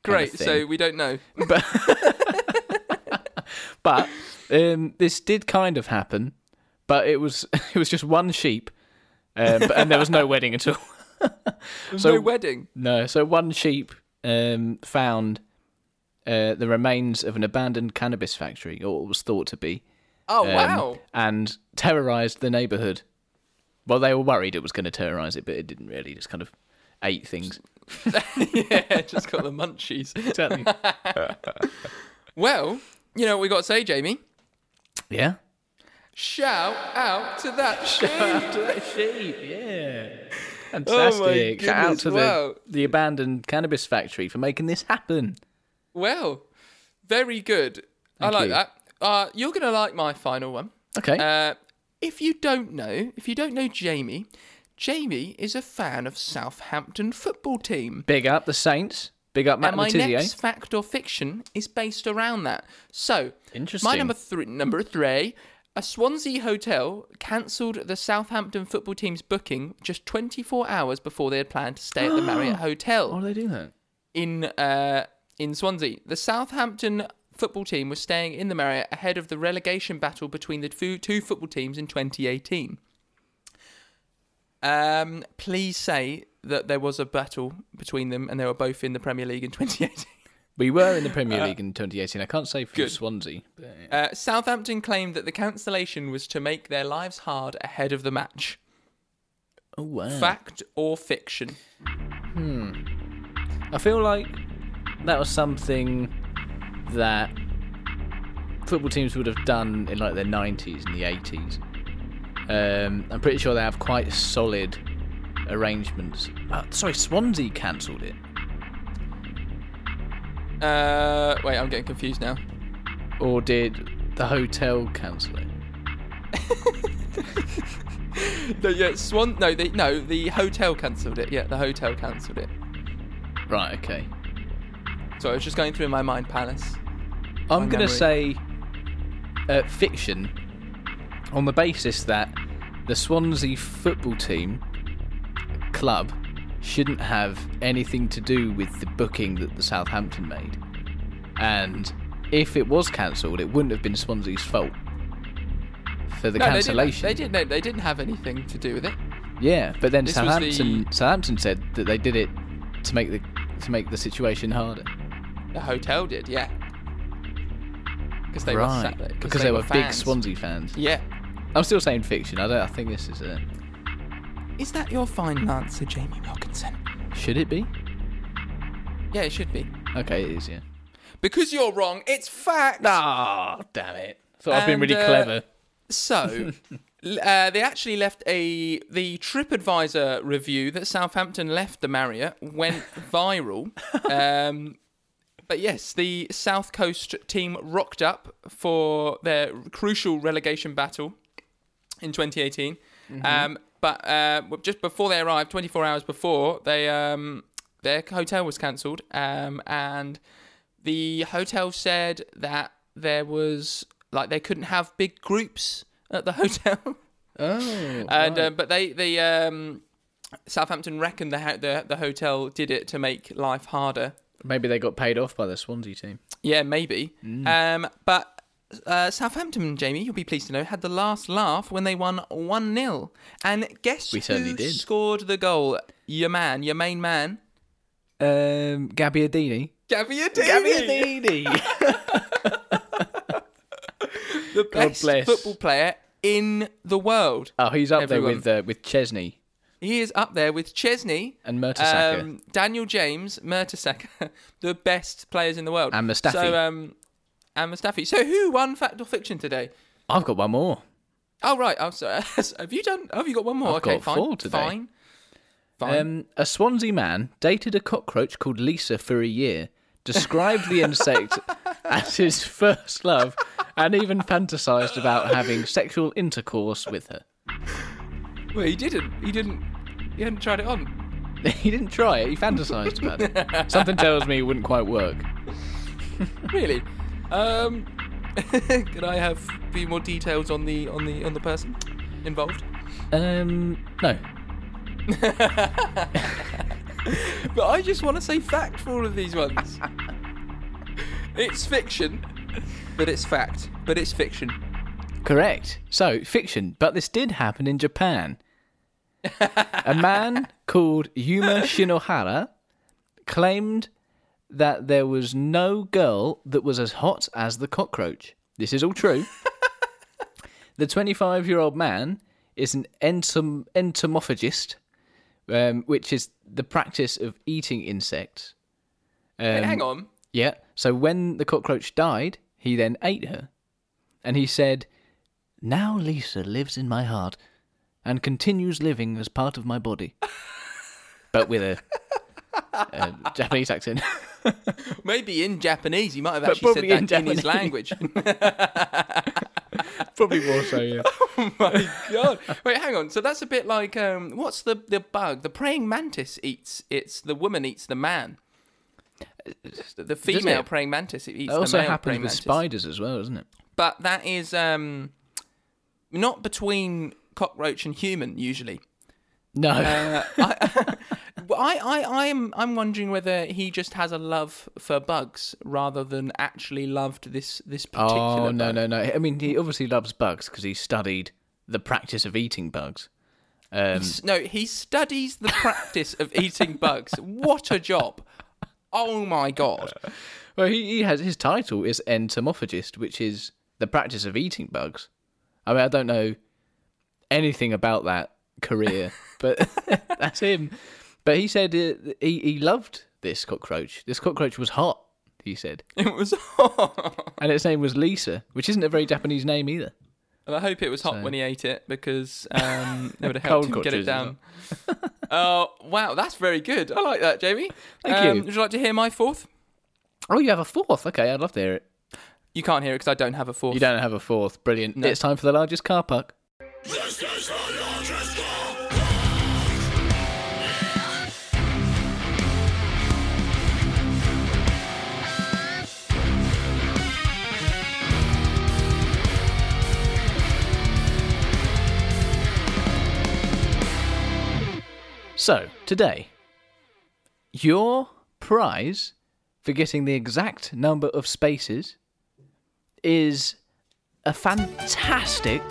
[SPEAKER 1] kind of
[SPEAKER 2] Great. So
[SPEAKER 1] thing.
[SPEAKER 2] we don't know.
[SPEAKER 1] but um, this did kind of happen, but it was it was just one sheep, um, but, and there was no wedding at all. So-
[SPEAKER 2] no wedding.
[SPEAKER 1] No, so one sheep um, found uh, the remains of an abandoned cannabis factory, or it was thought to be,
[SPEAKER 2] Oh
[SPEAKER 1] um,
[SPEAKER 2] wow.
[SPEAKER 1] and terrorized the neighborhood. Well, they were worried it was going to terrorize it, but it didn't really. Just kind of ate things.
[SPEAKER 2] yeah, just got the munchies.
[SPEAKER 1] Certainly.
[SPEAKER 2] Well, you know what we got to say, Jamie.
[SPEAKER 1] yeah.
[SPEAKER 2] Shout out to that sheep.
[SPEAKER 1] sheep, yeah. Fantastic. Shout out
[SPEAKER 2] Oh goodness,
[SPEAKER 1] to
[SPEAKER 2] wow.
[SPEAKER 1] the, the abandoned cannabis factory for making this happen.
[SPEAKER 2] well, very good.
[SPEAKER 1] Thank
[SPEAKER 2] I like
[SPEAKER 1] you.
[SPEAKER 2] that. Uh, you're gonna like my final one.
[SPEAKER 1] Okay.
[SPEAKER 2] Uh, if you don't know, if you don't know Jamie, Jamie is a fan of Southampton football team.
[SPEAKER 1] big up the Saints. Big up Matt
[SPEAKER 2] and my
[SPEAKER 1] Letizia.
[SPEAKER 2] next fact or fiction is based around that. So,
[SPEAKER 1] Interesting.
[SPEAKER 2] my number three, number three, a Swansea hotel cancelled the Southampton football team's booking just 24 hours before they had planned to stay at the Marriott Hotel
[SPEAKER 1] Why do they do that?
[SPEAKER 2] in uh, in Swansea. The Southampton football team was staying in the Marriott ahead of the relegation battle between the two, two football teams in 2018. Um, please say that there was a battle between them and they were both in the Premier League in 2018.
[SPEAKER 1] We were in the Premier League in 2018. I can't say for
[SPEAKER 2] Uh, good.
[SPEAKER 1] Swansea. but, yeah.
[SPEAKER 2] Uh, Southampton claimed that the cancellation was to make their lives hard ahead of the match.
[SPEAKER 1] Oh wow!
[SPEAKER 2] Fact or fiction?
[SPEAKER 1] I feel like that was something that football teams would have done in like the 90s and the 80s. Um, I'm pretty sure they have quite solid arrangements. Uh, sorry, Swansea cancelled it,
[SPEAKER 2] Uh, wait, I'm getting confused now.
[SPEAKER 1] or did the hotel cancel it?
[SPEAKER 2] No, yeah, Swan. No, the no, the hotel cancelled it. Yeah, the hotel cancelled it.
[SPEAKER 1] Right. Okay.
[SPEAKER 2] So I was just going through in my mind, Palace.
[SPEAKER 1] I'm going
[SPEAKER 2] memory.
[SPEAKER 1] to say uh, fiction on the basis that the Swansea football team club shouldn't have anything to do with the booking that the Southampton made. And if it was cancelled, it wouldn't have been Swansea's fault for the
[SPEAKER 2] No, they didn't-
[SPEAKER 1] cancellation.
[SPEAKER 2] They didn't. They, didn't have anything to do with it.
[SPEAKER 1] Yeah, but then
[SPEAKER 2] This was
[SPEAKER 1] Southampton Southampton said that they did it to make the to make the situation harder.
[SPEAKER 2] The hotel did. Yeah. Because they were
[SPEAKER 1] right.
[SPEAKER 2] sat there.
[SPEAKER 1] because they, were, big
[SPEAKER 2] fans.
[SPEAKER 1] Swansea fans.
[SPEAKER 2] Yeah.
[SPEAKER 1] I'm still saying fiction. I don't. I think this is it.
[SPEAKER 2] Is that your final answer, Jamie Wilkinson?
[SPEAKER 1] Should it be?
[SPEAKER 2] Yeah, it should be.
[SPEAKER 1] Okay, it is. Yeah.
[SPEAKER 2] Because you're wrong. It's fact.
[SPEAKER 1] Ah, damn it! Thought I've been
[SPEAKER 2] And,
[SPEAKER 1] really
[SPEAKER 2] uh,
[SPEAKER 1] clever.
[SPEAKER 2] So, l- uh, they actually left a the TripAdvisor review that Southampton left the Marriott went viral. Um, but yes, the South Coast team rocked up for their crucial relegation battle in 2018. Um, but uh, w- just before they arrived, 24 hours before, they um, their hotel was cancelled, um, and the hotel said that there was like they couldn't have big groups at the hotel,
[SPEAKER 1] Oh,
[SPEAKER 2] and um, but they they um, Southampton reckoned the, ho- the the hotel did it to make life harder.
[SPEAKER 1] maybe they got paid off by the Swansea team.
[SPEAKER 2] Yeah, maybe.
[SPEAKER 1] Mm.
[SPEAKER 2] Um, but uh, Southampton, Jamie, you'll be pleased to know, had the last laugh when they won 1 0. And guess
[SPEAKER 1] We
[SPEAKER 2] who
[SPEAKER 1] certainly did.
[SPEAKER 2] scored the goal? Your man, your main man,
[SPEAKER 1] Um, Gabbiadini.
[SPEAKER 2] Gabbiadini. the best
[SPEAKER 1] bless.
[SPEAKER 2] football player in the world.
[SPEAKER 1] oh, he's up
[SPEAKER 2] Everyone.
[SPEAKER 1] there with uh, with Chesney
[SPEAKER 2] He is up there with Chesney,
[SPEAKER 1] and Mertesacker.
[SPEAKER 2] Um, Daniel James, Mertesacker, the best players in the world.
[SPEAKER 1] And Mustafi.
[SPEAKER 2] So, um, and Mustafi. So who won Fact or Fiction today?
[SPEAKER 1] I've got one more.
[SPEAKER 2] Oh right, I'm sorry. have you done? Have you got one more?
[SPEAKER 1] I've
[SPEAKER 2] okay,
[SPEAKER 1] got
[SPEAKER 2] fine,
[SPEAKER 1] four today.
[SPEAKER 2] fine, fine.
[SPEAKER 1] Um, a Swansea man dated a cockroach called Lisa for a year, described the insect as his first love, and even fantasized about having sexual intercourse with her.
[SPEAKER 2] well, he didn't. He didn't. He hadn't tried it on.
[SPEAKER 1] He didn't try it, he fantasized about it. Something tells me it wouldn't quite work.
[SPEAKER 2] Really? Um, can I have a few more details on the on the on the person involved?
[SPEAKER 1] Um, no.
[SPEAKER 2] But I just want to say fact for all of these ones. it's fiction, but it's fact. But it's fiction.
[SPEAKER 1] Correct. So, fiction, but this did happen in Japan. a man called Yuma Shinohara claimed that there was no girl that was as hot as the cockroach. This is all true. the 25 year old man is an entom- entomophagist, um, which is the practice of eating insects.
[SPEAKER 2] Hey,
[SPEAKER 1] Um,
[SPEAKER 2] hang on.
[SPEAKER 1] yeah. So when the cockroach died, he then ate her. And he said, Now Lisa lives in my heart and continues living as part of my body. but with a, a Japanese accent.
[SPEAKER 2] Maybe in Japanese, he might have actually said
[SPEAKER 1] probably
[SPEAKER 2] that
[SPEAKER 1] in
[SPEAKER 2] in, his
[SPEAKER 1] Japanese.
[SPEAKER 2] language.
[SPEAKER 1] Probably more so, yeah.
[SPEAKER 2] My God! Wait, hang on. So that's a bit like um, what's the the bug? The praying mantis eats. It's the woman eats the man. The, the female
[SPEAKER 1] Uh, it?
[SPEAKER 2] praying mantis eats
[SPEAKER 1] That also
[SPEAKER 2] the male
[SPEAKER 1] happens
[SPEAKER 2] praying
[SPEAKER 1] with
[SPEAKER 2] mantis.
[SPEAKER 1] spiders as well, doesn't it?
[SPEAKER 2] But that is um, not between cockroach and human usually.
[SPEAKER 1] No.
[SPEAKER 2] Uh, I, well, I, I, I'm, I'm wondering whether he just has a love for bugs rather than actually loved this this particular.
[SPEAKER 1] oh, no,
[SPEAKER 2] bug.
[SPEAKER 1] no, no. I mean, he obviously loves bugs because he studied the practice of eating bugs. Um,
[SPEAKER 2] S- No, he studies the practice of eating bugs. What a job! Oh my god!
[SPEAKER 1] Well, he, he has his title is entomophagist, which is the practice of eating bugs. I mean, I don't know anything about that career, but that's him. But he said uh, he he loved this cockroach. This cockroach was hot. He said,
[SPEAKER 2] It was.
[SPEAKER 1] and its name was Lisa, which isn't a very Japanese name either.
[SPEAKER 2] And I hope it was hot when he ate it because um, it would have
[SPEAKER 1] Cold
[SPEAKER 2] helped him get it
[SPEAKER 1] cockroaches as
[SPEAKER 2] down. Oh wow, that's very good. I like that, Jamie. Um,
[SPEAKER 1] Thank you.
[SPEAKER 2] Would you like to hear my fourth?
[SPEAKER 1] Oh, you have a fourth. Okay, I'd love to hear it.
[SPEAKER 2] You can't hear it because I don't have a fourth.
[SPEAKER 1] You don't have a fourth. Brilliant. It's time for the largest car park.
[SPEAKER 3] This is the largest car.
[SPEAKER 1] So, today, your prize for getting the exact number of spaces is a fantastic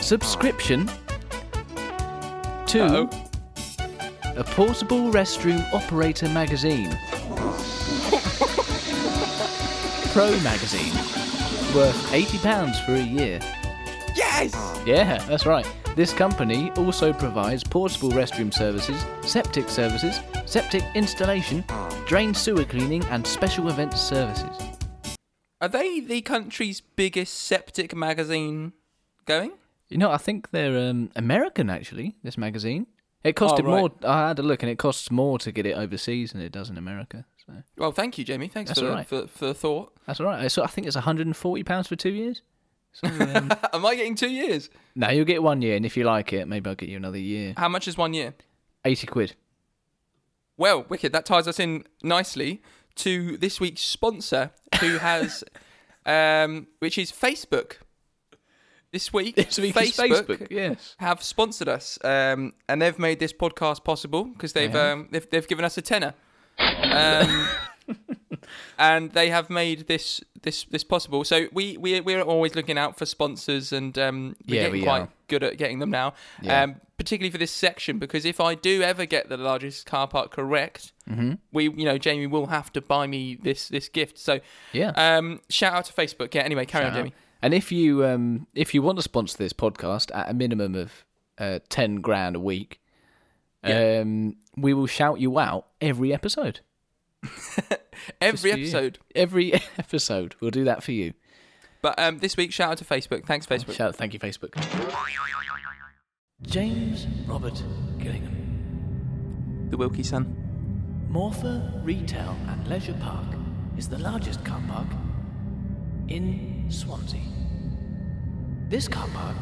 [SPEAKER 1] subscription to
[SPEAKER 2] Uh-oh.
[SPEAKER 1] a portable restroom operator magazine. Pro magazine worth £80 for a year.
[SPEAKER 2] Yes.
[SPEAKER 1] Yeah, that's right. This company also provides portable restroom services, septic services, septic installation, drain sewer cleaning, and special events services.
[SPEAKER 2] Are they the country's biggest septic magazine going?
[SPEAKER 1] You know, I think they're um, American actually. This magazine. It costed
[SPEAKER 2] right.
[SPEAKER 1] more. I had a look, and it costs more to get it overseas than it does in America. So
[SPEAKER 2] Well, thank you, Jamie. Thanks
[SPEAKER 1] That's
[SPEAKER 2] for,
[SPEAKER 1] all right.
[SPEAKER 2] for for the thought.
[SPEAKER 1] that's all right. So I think it's 140 pounds for two years.
[SPEAKER 2] Am I getting two years?
[SPEAKER 1] Now you'll get one year, and if you like it, maybe I'll get you another year.
[SPEAKER 2] How much is one year?
[SPEAKER 1] 80 quid.
[SPEAKER 2] Well, wicked. That ties us in nicely to this week's sponsor, who has, um, which is Facebook. This week,
[SPEAKER 1] This week is
[SPEAKER 2] Facebook,
[SPEAKER 1] Facebook. Yes.
[SPEAKER 2] have sponsored us, um, and they've made this podcast possible because they've
[SPEAKER 1] They have.
[SPEAKER 2] um, they've they've given us a tenner, um, and they have made this this this possible. So we we we're always looking out for sponsors, and um, we're
[SPEAKER 1] Yeah,
[SPEAKER 2] getting
[SPEAKER 1] we
[SPEAKER 2] quite
[SPEAKER 1] are.
[SPEAKER 2] good at getting them now,
[SPEAKER 1] Yeah.
[SPEAKER 2] um, particularly for this section because if I do ever get the largest car park correct,
[SPEAKER 1] Mm-hmm.
[SPEAKER 2] we you know Jamie will have to buy me this this gift. So
[SPEAKER 1] Yeah.
[SPEAKER 2] um, shout out to Facebook. Yeah. Anyway, carry on,
[SPEAKER 1] Uh,
[SPEAKER 2] Jamie.
[SPEAKER 1] And if you um, if you want to sponsor this podcast at a minimum of uh, ten grand a week, um, we will shout you out every episode.
[SPEAKER 2] every
[SPEAKER 1] for you.
[SPEAKER 2] episode.
[SPEAKER 1] Every episode, we'll do that for you.
[SPEAKER 2] But um, this week, shout out to Facebook. Thanks, Facebook.
[SPEAKER 1] Shout, thank you, Facebook. James Robert Gillingham,
[SPEAKER 2] the Wilkie Sun.
[SPEAKER 1] Morpher Retail and Leisure Park is the largest car park in Swansea. This car park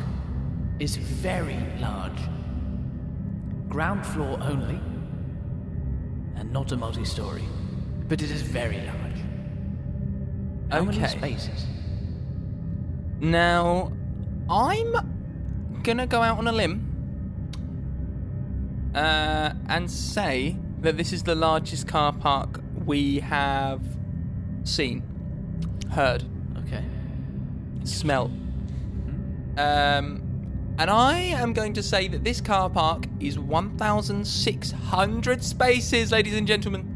[SPEAKER 1] is very large, ground floor only, and not a multi story, but it is very large. How many
[SPEAKER 2] Okay.
[SPEAKER 1] spaces?
[SPEAKER 2] Now, I'm gonna go out on a limb uh, and say that this is the largest car park we have seen, heard,
[SPEAKER 1] Okay.
[SPEAKER 2] smelt. Um, and I am going to say that this car park is 1,600 spaces, ladies and gentlemen.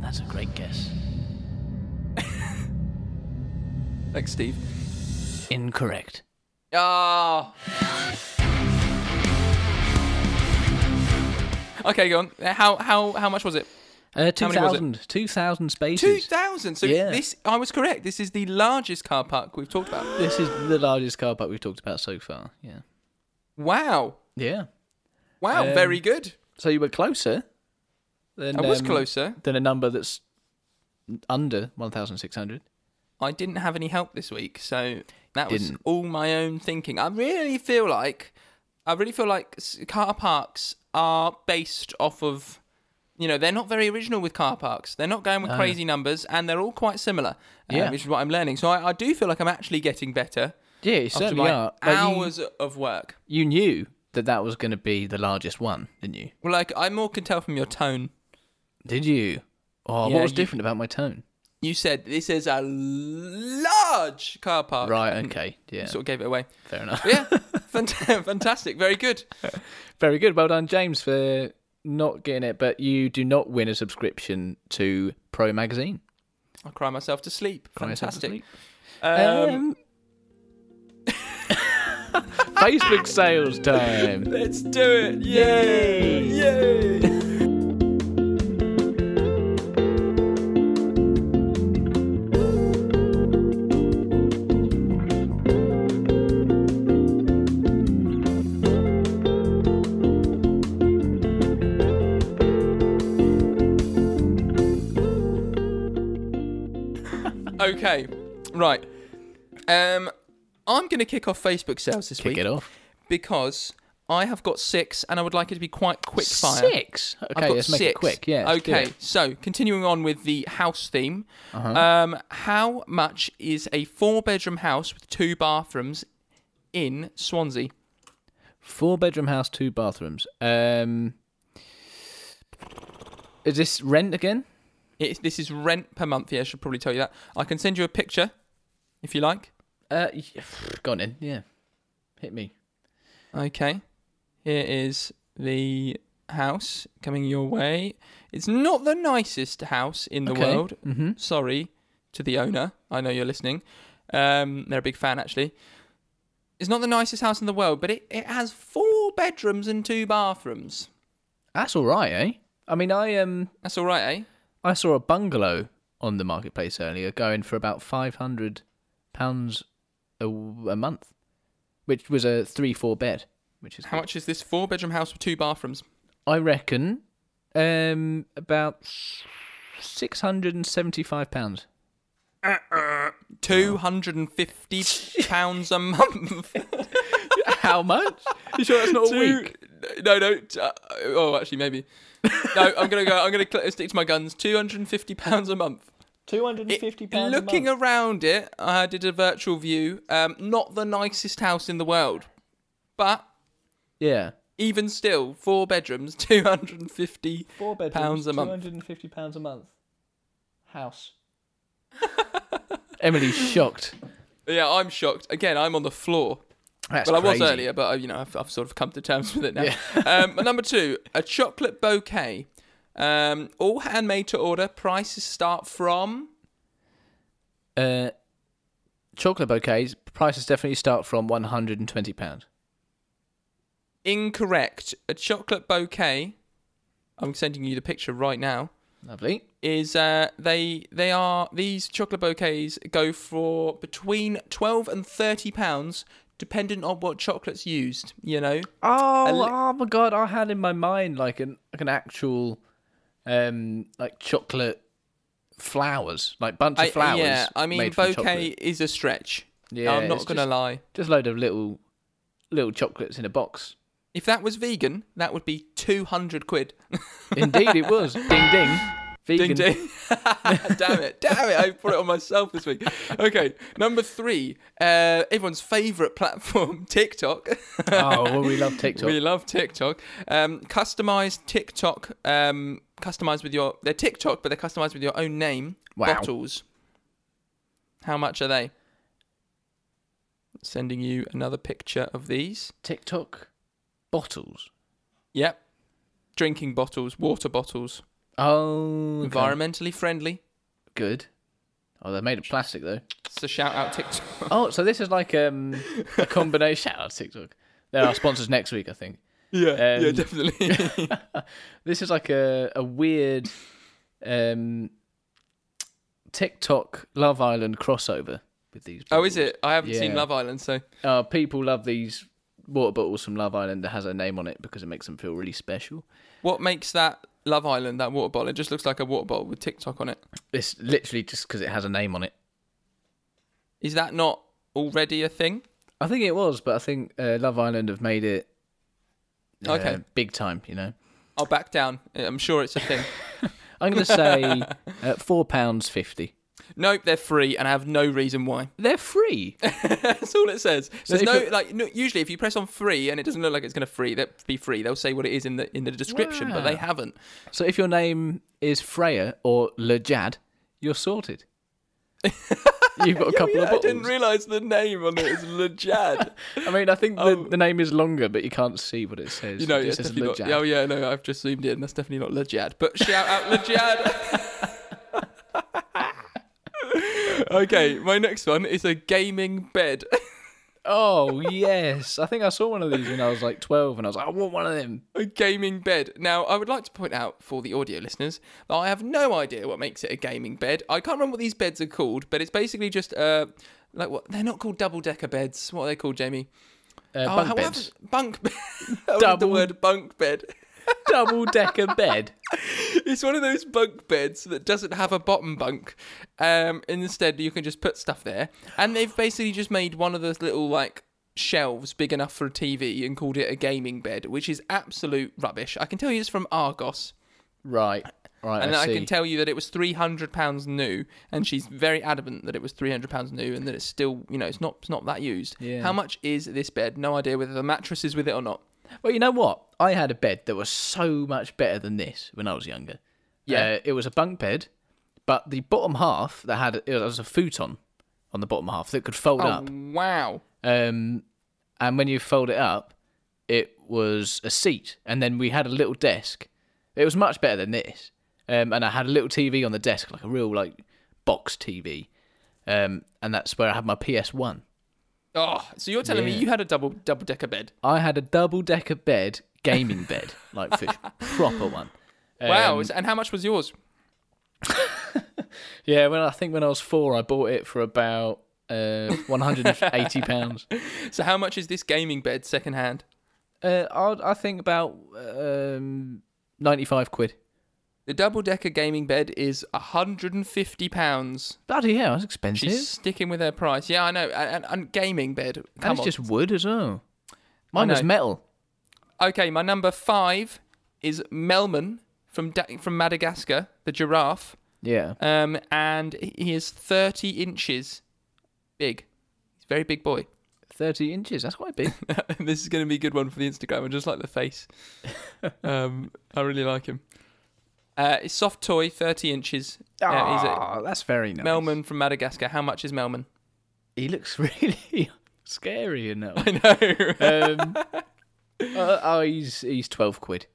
[SPEAKER 1] That's a great guess.
[SPEAKER 2] Thanks, Steve.
[SPEAKER 1] Incorrect.
[SPEAKER 2] Ah. Okay, go on. How how how much was it?
[SPEAKER 1] Uh,
[SPEAKER 2] How many was
[SPEAKER 1] 2,000.
[SPEAKER 2] it?
[SPEAKER 1] 2,000
[SPEAKER 2] Two
[SPEAKER 1] spaces.
[SPEAKER 2] thousand. So
[SPEAKER 1] Yeah.
[SPEAKER 2] this I was correct. This is the largest car park we've talked about.
[SPEAKER 1] This is the largest car park we've talked about so far. Yeah.
[SPEAKER 2] Wow.
[SPEAKER 1] Yeah.
[SPEAKER 2] Wow.
[SPEAKER 1] Um,
[SPEAKER 2] very good.
[SPEAKER 1] So you were closer. Than,
[SPEAKER 2] I was
[SPEAKER 1] um,
[SPEAKER 2] closer.
[SPEAKER 1] Than a number that's under 1,600.
[SPEAKER 2] I didn't have any help this week, so that was
[SPEAKER 1] Didn't.
[SPEAKER 2] all my own thinking. I really feel like I really feel like s- car parks are based off of you know, they're not very original with car parks. They're not going with crazy numbers and they're all quite similar, um,
[SPEAKER 1] Yeah.
[SPEAKER 2] which is what I'm learning. So I, I do feel like I'm actually getting better
[SPEAKER 1] Yeah, you
[SPEAKER 2] after
[SPEAKER 1] certainly
[SPEAKER 2] my
[SPEAKER 1] are. Like, you-
[SPEAKER 2] hours of work.
[SPEAKER 1] you knew that that was going to be the largest one, didn't you?
[SPEAKER 2] Well, like I more can tell from your tone.
[SPEAKER 1] Did you? Oh,
[SPEAKER 2] Yeah,
[SPEAKER 1] what was
[SPEAKER 2] you-
[SPEAKER 1] different about my tone?
[SPEAKER 2] You said this is a large car park.
[SPEAKER 1] Right, okay. Yeah,
[SPEAKER 2] Sort of gave it away.
[SPEAKER 1] fair enough.
[SPEAKER 2] Yeah, fant- fantastic. Very good.
[SPEAKER 1] Very good. Well done, James, for not getting it, but you do not win a subscription to Pro Magazine.
[SPEAKER 2] I cry myself to sleep.
[SPEAKER 1] Cry yourself to
[SPEAKER 2] Fantastic.
[SPEAKER 1] sleep.
[SPEAKER 2] Um,
[SPEAKER 1] Facebook sales time.
[SPEAKER 2] let's do it. Yay! Yay! okay, right. Um, I'm going to kick off Facebook sales this
[SPEAKER 1] Kick
[SPEAKER 2] week
[SPEAKER 1] it off.
[SPEAKER 2] because I have got six, and I would like it to be quite quick fire.
[SPEAKER 1] Six. Okay,
[SPEAKER 2] I've got
[SPEAKER 1] let's
[SPEAKER 2] six.
[SPEAKER 1] make it quick. Yeah. let's do
[SPEAKER 2] Okay.
[SPEAKER 1] it. Uh-huh.
[SPEAKER 2] So continuing on with the house theme, um, how much is a four-bedroom house with two bathrooms in Swansea?
[SPEAKER 1] Four bedroom house, two bathrooms. Um, is this rent again?
[SPEAKER 2] It, this is rent per month. Yeah, I should probably tell you that. I can send you a picture if you like.
[SPEAKER 1] Uh, y- gone in. Yeah. Hit me.
[SPEAKER 2] Okay. Here is the house coming your way. It's not the nicest house in the
[SPEAKER 1] Okay.
[SPEAKER 2] world.
[SPEAKER 1] Mm-hmm.
[SPEAKER 2] Sorry to the owner. I know you're listening. Um, they're a big fan, actually. It's not the nicest house in the world, but it, it has four bedrooms and two bathrooms.
[SPEAKER 1] That's all right, eh? I mean, I um,
[SPEAKER 2] That's all right, eh?
[SPEAKER 1] I saw a bungalow on the marketplace earlier going for about five hundred pounds a, w- a month, which was a three four bed, which is
[SPEAKER 2] How much is this four bedroom house with two bathrooms?
[SPEAKER 1] I reckon um about six hundred and seventy five pounds.
[SPEAKER 2] £250 a month.
[SPEAKER 1] How much? you sure that's not
[SPEAKER 2] Two- No, no. t- uh, oh, actually, maybe. No, I'm gonna go. I'm gonna cl- stick to my guns. Two hundred and fifty pounds a month.
[SPEAKER 1] Two hundred and fifty pounds.
[SPEAKER 2] Looking around it, I did a virtual view. Um, not the nicest house in the world, but
[SPEAKER 1] yeah,
[SPEAKER 2] even still, four bedrooms, two hundred and fifty
[SPEAKER 1] four bedrooms,
[SPEAKER 2] pounds a month.
[SPEAKER 1] hundred and fifty pounds a month. House. Emily's shocked.
[SPEAKER 2] Yeah, I'm shocked. Again, I'm on the floor.
[SPEAKER 1] That's
[SPEAKER 2] well, I
[SPEAKER 1] crazy.
[SPEAKER 2] was earlier, but uh, you know, I've, I've sort of come to terms with it now.
[SPEAKER 1] Yeah.
[SPEAKER 2] um, number two, a chocolate bouquet. Um, all handmade to order. Prices start from.
[SPEAKER 1] Uh, chocolate bouquets prices definitely start from one hundred and twenty pounds.
[SPEAKER 2] Incorrect. A chocolate bouquet. I'm sending you the picture right now.
[SPEAKER 1] Lovely.
[SPEAKER 2] is uh, they they are these chocolate bouquets go for between twelve and thirty pounds, dependent on what chocolates used. You know,
[SPEAKER 1] Oh, oh my god! I had in my mind like an like an actual, um, like chocolate flowers, like bunch of
[SPEAKER 2] I-
[SPEAKER 1] flowers.
[SPEAKER 2] yeah. I mean,
[SPEAKER 1] made from
[SPEAKER 2] bouquet
[SPEAKER 1] chocolate.
[SPEAKER 2] is a stretch.
[SPEAKER 1] Yeah,
[SPEAKER 2] I'm not
[SPEAKER 1] it's
[SPEAKER 2] gonna
[SPEAKER 1] just-
[SPEAKER 2] lie.
[SPEAKER 1] Just load of little, little chocolates in a box.
[SPEAKER 2] If that was vegan, that would be two hundred quid.
[SPEAKER 1] Indeed, it was. Ding ding.
[SPEAKER 2] Ding
[SPEAKER 1] Vegan.
[SPEAKER 2] ding. damn it. Damn it. I put it on myself this week. Okay. Number three, uh, everyone's favorite platform, TikTok.
[SPEAKER 1] Oh, well, we love TikTok.
[SPEAKER 2] We love TikTok. Um, customized TikTok, um, customized with your, they're TikTok, but they're customized with your own name.
[SPEAKER 1] Wow.
[SPEAKER 2] Bottles. How much are they? Sending you another picture of these.
[SPEAKER 1] TikTok bottles.
[SPEAKER 2] Yep. Drinking bottles, water bottles,
[SPEAKER 1] Oh, okay.
[SPEAKER 2] environmentally friendly.
[SPEAKER 1] Good. Oh, they're made of plastic though.
[SPEAKER 2] It's a shout out TikTok.
[SPEAKER 1] Oh, so this is like um a combination. Shout out to TikTok. They're our sponsors next week, I think.
[SPEAKER 2] Yeah, yeah,
[SPEAKER 1] Um,
[SPEAKER 2] definitely.
[SPEAKER 1] This is like a a weird um TikTok Love Island crossover with these.
[SPEAKER 2] oh, is
[SPEAKER 1] bottles.
[SPEAKER 2] it? I haven't seen
[SPEAKER 1] Yeah.
[SPEAKER 2] Love Island, so
[SPEAKER 1] Uh, people love these water bottles from Love Island that has a name on it because it makes them feel really special.
[SPEAKER 2] what makes that Love Island that water bottle? It just looks like a water bottle with TikTok on it.
[SPEAKER 1] It's literally just because it has a name on it.
[SPEAKER 2] Is that not already a thing?
[SPEAKER 1] I think it was, but I think uh, Love Island have made it uh,
[SPEAKER 2] Okay.
[SPEAKER 1] big time. You know,
[SPEAKER 2] I'll back down. I'm sure it's a thing.
[SPEAKER 1] I'm going to say uh, four pounds fifty.
[SPEAKER 2] nope, they're free, and I have no reason why.
[SPEAKER 1] They're free.
[SPEAKER 2] That's all it says. There's
[SPEAKER 1] if
[SPEAKER 2] no
[SPEAKER 1] it-
[SPEAKER 2] like. No, usually, if you press on free and it doesn't look like it's going to free, that be free. They'll say what it is in the in the description, but they
[SPEAKER 1] Wow.
[SPEAKER 2] haven't.
[SPEAKER 1] so if your name is Freya or Lejad, you're sorted. You've got a couple
[SPEAKER 2] Yeah,
[SPEAKER 1] of
[SPEAKER 2] I
[SPEAKER 1] bottles.
[SPEAKER 2] didn't realise the name on it is Lejad.
[SPEAKER 1] I mean, I think
[SPEAKER 2] Oh.
[SPEAKER 1] the, the name is longer, but you can't see what it says.
[SPEAKER 2] You know,
[SPEAKER 1] it
[SPEAKER 2] it's
[SPEAKER 1] just says
[SPEAKER 2] definitely not.
[SPEAKER 1] Lejad.
[SPEAKER 2] Oh yeah, no, I've just zoomed in. That's definitely not Lejad. But shout out Lejad. okay, my next one is a gaming bed.
[SPEAKER 1] Oh yes, I think I saw one of these when I was like twelve, and I was like, I want one of them.
[SPEAKER 2] a gaming bed. Now, I would like to point out for the audio listeners that I have no idea what makes it a gaming bed. I can't remember what these beds are called, but it's basically just uh like what they're not called double decker beds. What are they called, Jamie?
[SPEAKER 1] Uh,
[SPEAKER 2] Oh,
[SPEAKER 1] bunk
[SPEAKER 2] how-
[SPEAKER 1] beds,
[SPEAKER 2] Bunk bed. the
[SPEAKER 1] Double-
[SPEAKER 2] word bunk bed.
[SPEAKER 1] double decker bed.
[SPEAKER 2] It's one of those bunk beds that doesn't have a bottom bunk. Um, and instead, you can just put stuff there. And they've basically just made one of those little like shelves big enough for a TV and called it a gaming bed, which is absolute rubbish. I can tell you this from Argos,
[SPEAKER 1] Right, right.
[SPEAKER 2] and
[SPEAKER 1] I,
[SPEAKER 2] I,
[SPEAKER 1] see.
[SPEAKER 2] can tell you that it was three hundred pounds new, and she's very adamant that it was three hundred pounds new, and that it's still you know it's not it's not that used.
[SPEAKER 1] Yeah.
[SPEAKER 2] How much is this bed? No idea whether the mattress is with it or not.
[SPEAKER 1] Well, you know what? I had a bed that was so much better than this when I was younger.
[SPEAKER 2] Yeah.
[SPEAKER 1] Uh, it was a bunk bed, but the bottom half that had it was a futon on the bottom half that could fold up.
[SPEAKER 2] Oh wow.
[SPEAKER 1] Um, and when you fold it up, it was a seat, and then we had a little desk. It was much better than this. Um, and I had a little TV on the desk, like a real like box TV. Um, and that's where I had my PS One.
[SPEAKER 2] Oh, so you're telling me
[SPEAKER 1] Yeah.
[SPEAKER 2] you had a double double decker bed?
[SPEAKER 1] I had a double decker bed, gaming bed, like fish, proper one.
[SPEAKER 2] Wow.
[SPEAKER 1] Um,
[SPEAKER 2] is- and how much was yours?
[SPEAKER 1] Yeah, well, I think when I was four, I bought it for about uh, one hundred and eighty pounds.
[SPEAKER 2] So how much is this gaming bed secondhand?
[SPEAKER 1] Uh, I, I think about um, ninety-five quid.
[SPEAKER 2] The double decker gaming bed is hundred and fifty pounds.
[SPEAKER 1] Bloody hell, that's expensive.
[SPEAKER 2] She's sticking with her price. Yeah, I know. And, and, and gaming bed.
[SPEAKER 1] and
[SPEAKER 2] Come
[SPEAKER 1] it's
[SPEAKER 2] on.
[SPEAKER 1] just wood as well. Mine
[SPEAKER 2] I
[SPEAKER 1] was
[SPEAKER 2] know.
[SPEAKER 1] metal.
[SPEAKER 2] Okay, my number five is Melman from da- from Madagascar, the giraffe,
[SPEAKER 1] Yeah.
[SPEAKER 2] um, and he is thirty inches big. He's a very big boy.
[SPEAKER 1] Thirty inches. That's quite big.
[SPEAKER 2] this is going to be a good one for the Instagram. I just like the face. um, I really like him. Uh, it's soft toy, thirty inches. Uh, he's a-
[SPEAKER 1] Ah, that's very nice.
[SPEAKER 2] Melman from Madagascar. How much is Melman?
[SPEAKER 1] He looks really scary in that. One.
[SPEAKER 2] I know.
[SPEAKER 1] Um, uh, oh, he's he's twelve quid.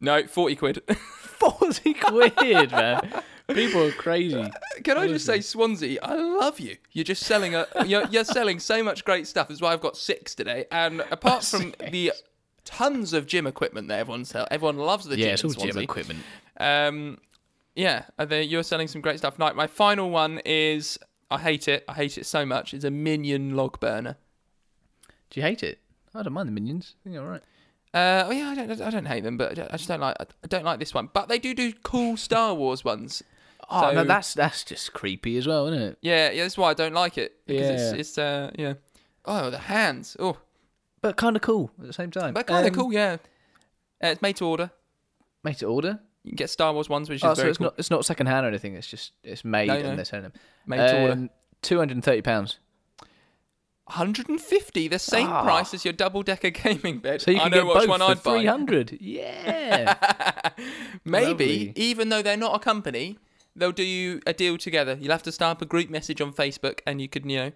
[SPEAKER 2] no, forty quid.
[SPEAKER 1] Forty quid, man. People are
[SPEAKER 2] Uh,
[SPEAKER 1] crazy.
[SPEAKER 2] Can I just say, Swansea, I love you. You're just selling a, you're, you're selling so much great stuff. That's why I've got six today. And apart from the tons of gym equipment that everyone sell, everyone loves the
[SPEAKER 1] Yeah,
[SPEAKER 2] gym.
[SPEAKER 1] it's
[SPEAKER 2] in
[SPEAKER 1] all gym
[SPEAKER 2] Swansea.
[SPEAKER 1] equipment.
[SPEAKER 2] Um, Yeah, uh, they- you're selling some great stuff. Like my final one is, I hate it. I hate it so much. It's a minion log burner.
[SPEAKER 1] Do you hate it? I don't mind the minions. I think all right.
[SPEAKER 2] Uh, oh yeah, I don't, I don't hate them, but I don't- I just don't like. I don't like this one. But they do do cool Star Wars ones.
[SPEAKER 1] Oh
[SPEAKER 2] So-
[SPEAKER 1] no, that's that's just creepy as well, isn't it?
[SPEAKER 2] Yeah, yeah, that's why I don't like it. Because it's,
[SPEAKER 1] Yeah.
[SPEAKER 2] it's uh, yeah. Oh, the hands. Oh,
[SPEAKER 1] But kind of cool at the same time.
[SPEAKER 2] but kind of
[SPEAKER 1] Um,
[SPEAKER 2] cool. Yeah, uh, it's made to order.
[SPEAKER 1] Made to order.
[SPEAKER 2] You can get Star Wars ones, which is
[SPEAKER 1] Oh, so
[SPEAKER 2] very
[SPEAKER 1] it's
[SPEAKER 2] cool.
[SPEAKER 1] not it's not second hand or anything. It's just it's made
[SPEAKER 2] No, no.
[SPEAKER 1] and they're selling them.
[SPEAKER 2] Made to order.
[SPEAKER 1] Um, Two hundred and thirty pounds.
[SPEAKER 2] 150, the same
[SPEAKER 1] Ah.
[SPEAKER 2] price as your double-decker gaming bed.
[SPEAKER 1] So you
[SPEAKER 2] I
[SPEAKER 1] can
[SPEAKER 2] know
[SPEAKER 1] get
[SPEAKER 2] which
[SPEAKER 1] both
[SPEAKER 2] one
[SPEAKER 1] for
[SPEAKER 2] I'd buy.
[SPEAKER 1] three hundred. Yeah.
[SPEAKER 2] Maybe,
[SPEAKER 1] Lovely.
[SPEAKER 2] even though they're not a company, they'll do you a deal together. You'll have to start up a group message on Facebook and you could, you know,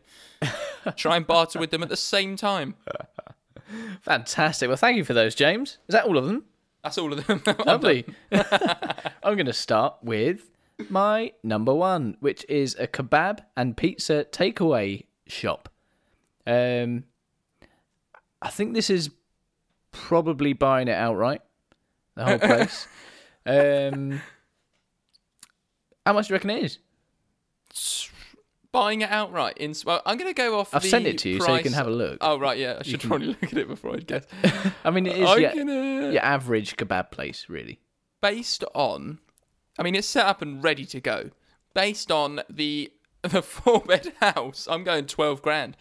[SPEAKER 2] try and barter with them at the same time.
[SPEAKER 1] Fantastic. Well, thank you for those, James. Is that all of them?
[SPEAKER 2] That's all of them.
[SPEAKER 1] Lovely. I'm going to start with my number one, which is a kebab and pizza takeaway shop. Um, I think this is probably buying it outright, the whole place. um, how much do you reckon it is?
[SPEAKER 2] Buying it outright. In, well, I'm going to go off
[SPEAKER 1] I've
[SPEAKER 2] the
[SPEAKER 1] sent it to you so you can
[SPEAKER 2] price-
[SPEAKER 1] have a look.
[SPEAKER 2] Oh, right, yeah. I should probably look at it before I guess.
[SPEAKER 1] I mean, it is
[SPEAKER 2] I'm
[SPEAKER 1] your,
[SPEAKER 2] gonna-
[SPEAKER 1] your average kebab place, really.
[SPEAKER 2] based on I mean it's set up and ready to go. Based on the the four bed house, I'm going twelve grand.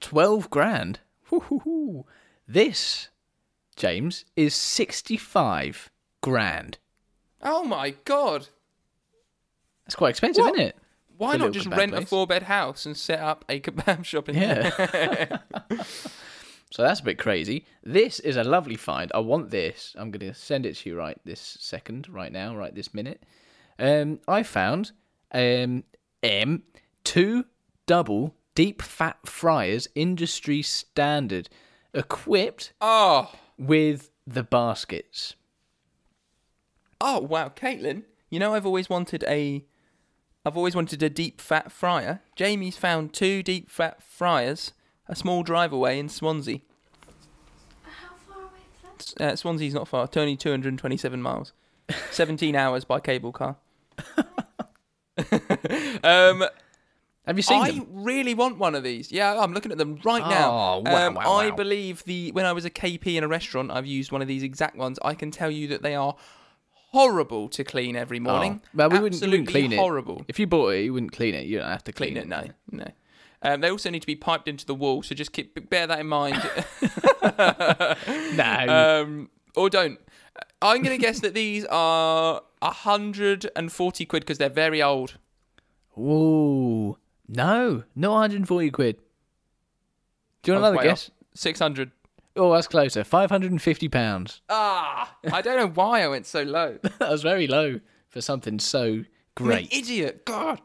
[SPEAKER 1] 12 grand. Woo-hoo-hoo. This, James, is 65 grand.
[SPEAKER 2] Oh my god.
[SPEAKER 1] That's quite expensive,
[SPEAKER 2] What?
[SPEAKER 1] isn't it?
[SPEAKER 2] Why
[SPEAKER 1] For a
[SPEAKER 2] not
[SPEAKER 1] little
[SPEAKER 2] just
[SPEAKER 1] kebab
[SPEAKER 2] rent a
[SPEAKER 1] place.
[SPEAKER 2] four bed house and set up a kebab shop in there?
[SPEAKER 1] Yeah. so that's a bit crazy. This is a lovely find. I want this. I'm going to send it to you right this second, right now, right this minute. Um, I found um, M two double deep fat fryers industry standard equipped
[SPEAKER 2] Oh.
[SPEAKER 1] with the baskets.
[SPEAKER 2] Oh wow, Caitlin. You know I've always wanted a I've always wanted a deep fat fryer. Jamie's found two deep fat fryers, a small drive away in Swansea.
[SPEAKER 4] How far away is that?
[SPEAKER 2] S- Uh, Swansea's not far. It's only 227 miles. 17 hours by cable car. um,
[SPEAKER 1] Have you seen
[SPEAKER 2] I
[SPEAKER 1] them?
[SPEAKER 2] really want one of these. Yeah, I'm looking at them right now.
[SPEAKER 1] Oh, wow,
[SPEAKER 2] um,
[SPEAKER 1] wow,
[SPEAKER 2] I
[SPEAKER 1] wow.
[SPEAKER 2] believe the when I was a KP in a restaurant, I've used one of these exact ones. I can tell you that they are horrible to clean every morning.
[SPEAKER 1] Oh. Well, we wouldn't, you
[SPEAKER 2] Absolutely
[SPEAKER 1] wouldn't clean
[SPEAKER 2] horrible.
[SPEAKER 1] it. If you bought it, you wouldn't clean it. You don't have to clean,
[SPEAKER 2] Clean it, no, no. Um, they also need to be piped into the wall, so just keep bear that in mind.
[SPEAKER 1] No.
[SPEAKER 2] um, or don't. I'm going to guess that these are 140 quid because they're very old.
[SPEAKER 1] Ooh. No, not 140 quid. Do you want
[SPEAKER 2] I was
[SPEAKER 1] another
[SPEAKER 2] way off.
[SPEAKER 1] guess?
[SPEAKER 2] 600.
[SPEAKER 1] Oh, that's closer. 550 pounds.
[SPEAKER 2] Ah, I don't know why I went so low.
[SPEAKER 1] that was very low for something so
[SPEAKER 2] I'm an
[SPEAKER 1] great.
[SPEAKER 2] idiot. God.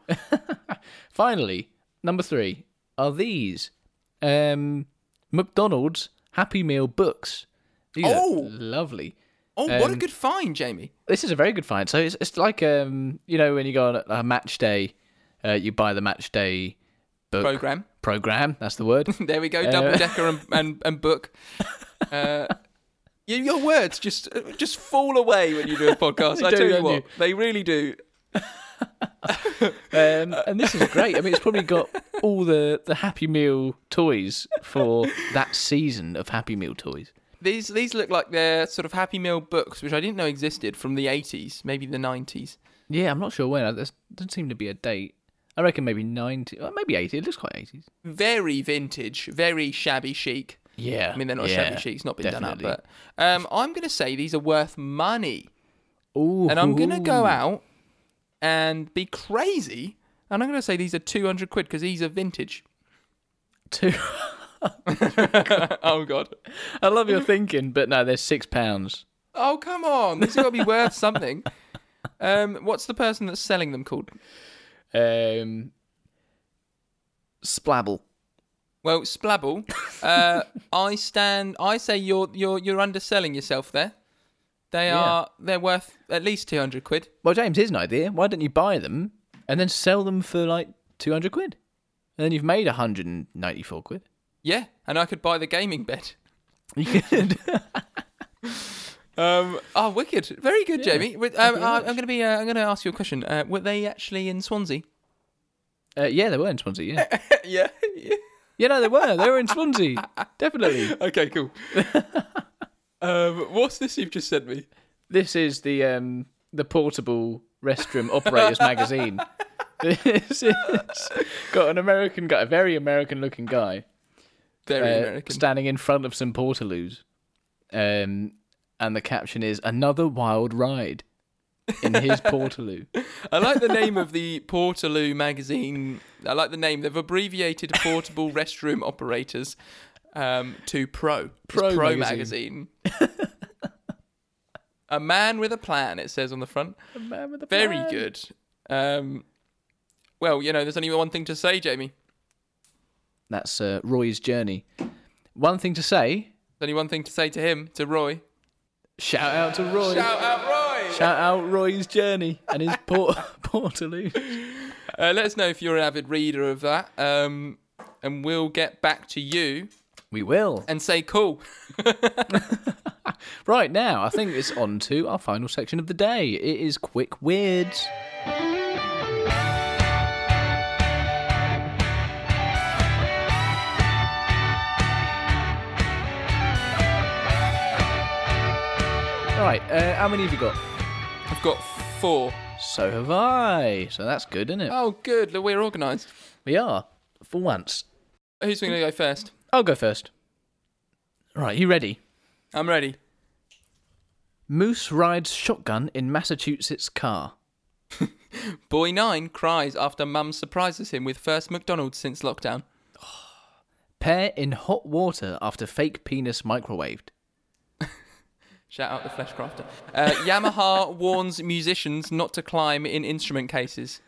[SPEAKER 1] Finally, number 3 are these um McDonald's Happy Meal books. These
[SPEAKER 2] Oh.
[SPEAKER 1] are lovely.
[SPEAKER 2] Oh, what a
[SPEAKER 1] Um,
[SPEAKER 2] good find, Jamie.
[SPEAKER 1] This is a very good find. So it's it's like um you know when you go on a- a match day, uh, you buy the match day book
[SPEAKER 2] Program.
[SPEAKER 1] program, that's the word.
[SPEAKER 2] There we
[SPEAKER 1] Uh,
[SPEAKER 2] go. Double decker and, and, and book. Uh, your, your words just uh, just fall away when you do a podcast.
[SPEAKER 1] They
[SPEAKER 2] I
[SPEAKER 1] do,
[SPEAKER 2] tell you
[SPEAKER 1] don't
[SPEAKER 2] what,
[SPEAKER 1] you?
[SPEAKER 2] they really do.
[SPEAKER 1] Um, and this is great. I mean, it's probably got all the, the Happy Meal toys for that season of Happy Meal toys.
[SPEAKER 2] These these look like they're sort of Happy Meal books, which I didn't know existed from the 80s, maybe the 90s.
[SPEAKER 1] Yeah, I'm not sure when. There doesn't seem to be a date. I reckon maybe 90, or maybe 80. It looks quite 80s.
[SPEAKER 2] Very vintage, very shabby chic.
[SPEAKER 1] Yeah.
[SPEAKER 2] I mean, they're not
[SPEAKER 1] yeah,
[SPEAKER 2] shabby chic. It's not been done
[SPEAKER 1] definitely.
[SPEAKER 2] up, but um, I'm going to say these are worth money.
[SPEAKER 1] Ooh.
[SPEAKER 2] and I'm gonna go out and be crazy, and I'm gonna say these are 200 quid because these are vintage.
[SPEAKER 1] Two.
[SPEAKER 2] oh god.
[SPEAKER 1] I love your thinking, but no, they're six pounds.
[SPEAKER 2] Oh come on, these have got to be worth something. Um, what's the person that's selling them called?
[SPEAKER 1] Um, Splabble.
[SPEAKER 2] Well, Splabble. Uh, I stand. I say you're you're you're underselling yourself there. They
[SPEAKER 1] Yeah.
[SPEAKER 2] are. They're worth at least 200 quid.
[SPEAKER 1] Well, James, here's an idea. Why don't you buy them and then sell them for like 200 quid? And then you've made 194 quid.
[SPEAKER 2] Yeah, and I could buy the gaming bed.
[SPEAKER 1] You could.
[SPEAKER 2] Um, oh, wicked! Very good,
[SPEAKER 1] Yeah,
[SPEAKER 2] Jamie. With-
[SPEAKER 1] thank
[SPEAKER 2] Um,
[SPEAKER 1] you very
[SPEAKER 2] I- I'm
[SPEAKER 1] much.
[SPEAKER 2] going to be. Uh, I'm going to ask you a question. Uh, were they actually in Swansea?
[SPEAKER 1] Uh, yeah, they were in Swansea. Yeah,
[SPEAKER 2] yeah.
[SPEAKER 1] yeah, no, they were. They were in Swansea. Definitely.
[SPEAKER 2] Okay. Cool. um, what's this you've just sent me?
[SPEAKER 1] This is the um, the portable restroom operators magazine. This is got an American guy, a very American looking guy,
[SPEAKER 2] Very
[SPEAKER 1] uh,
[SPEAKER 2] American.
[SPEAKER 1] standing in front of some portaloos, um, and the caption is "Another wild ride." In his portaloo,
[SPEAKER 2] I like the name of the Portaloo magazine. I like the name. They've abbreviated portable restroom operators um, to Pro.
[SPEAKER 1] Pro
[SPEAKER 2] It's Pro
[SPEAKER 1] magazine.
[SPEAKER 2] magazine. a man with a plan. It says on the front.
[SPEAKER 1] A man with a
[SPEAKER 2] Very
[SPEAKER 1] plan.
[SPEAKER 2] good. Um, well, you know, there's only one thing to say, Jamie.
[SPEAKER 1] That's uh, Roy's journey. One thing to say:
[SPEAKER 2] There's only one thing to say to him, to Roy.
[SPEAKER 1] shout out to Roy.
[SPEAKER 2] Shout out, Roy!
[SPEAKER 1] Shout out Roy's journey and his port portaloo.
[SPEAKER 2] Uh, let us know if you're an avid reader of that, um, and we'll get back to you
[SPEAKER 1] We will.
[SPEAKER 2] and say cool.
[SPEAKER 1] Right now, I think it's on to our final section of the day. It is Quick Weirds. Right, uh, how many have you got?
[SPEAKER 2] I've got four.
[SPEAKER 1] So have I. So that's good, isn't it?
[SPEAKER 2] Oh, good. look, We're organised.
[SPEAKER 1] We are, for once.
[SPEAKER 2] Who's going to go first?
[SPEAKER 1] I'll go first. Right, you ready?
[SPEAKER 2] I'm ready.
[SPEAKER 1] Moose rides shotgun in Massachusetts car.
[SPEAKER 2] Boy nine cries after mum surprises him with first McDonald's since lockdown.
[SPEAKER 1] Pair in hot water after fake penis microwaved.
[SPEAKER 2] Shout out the flesh crafter. Uh, Yamaha warns musicians not to climb in instrument cases.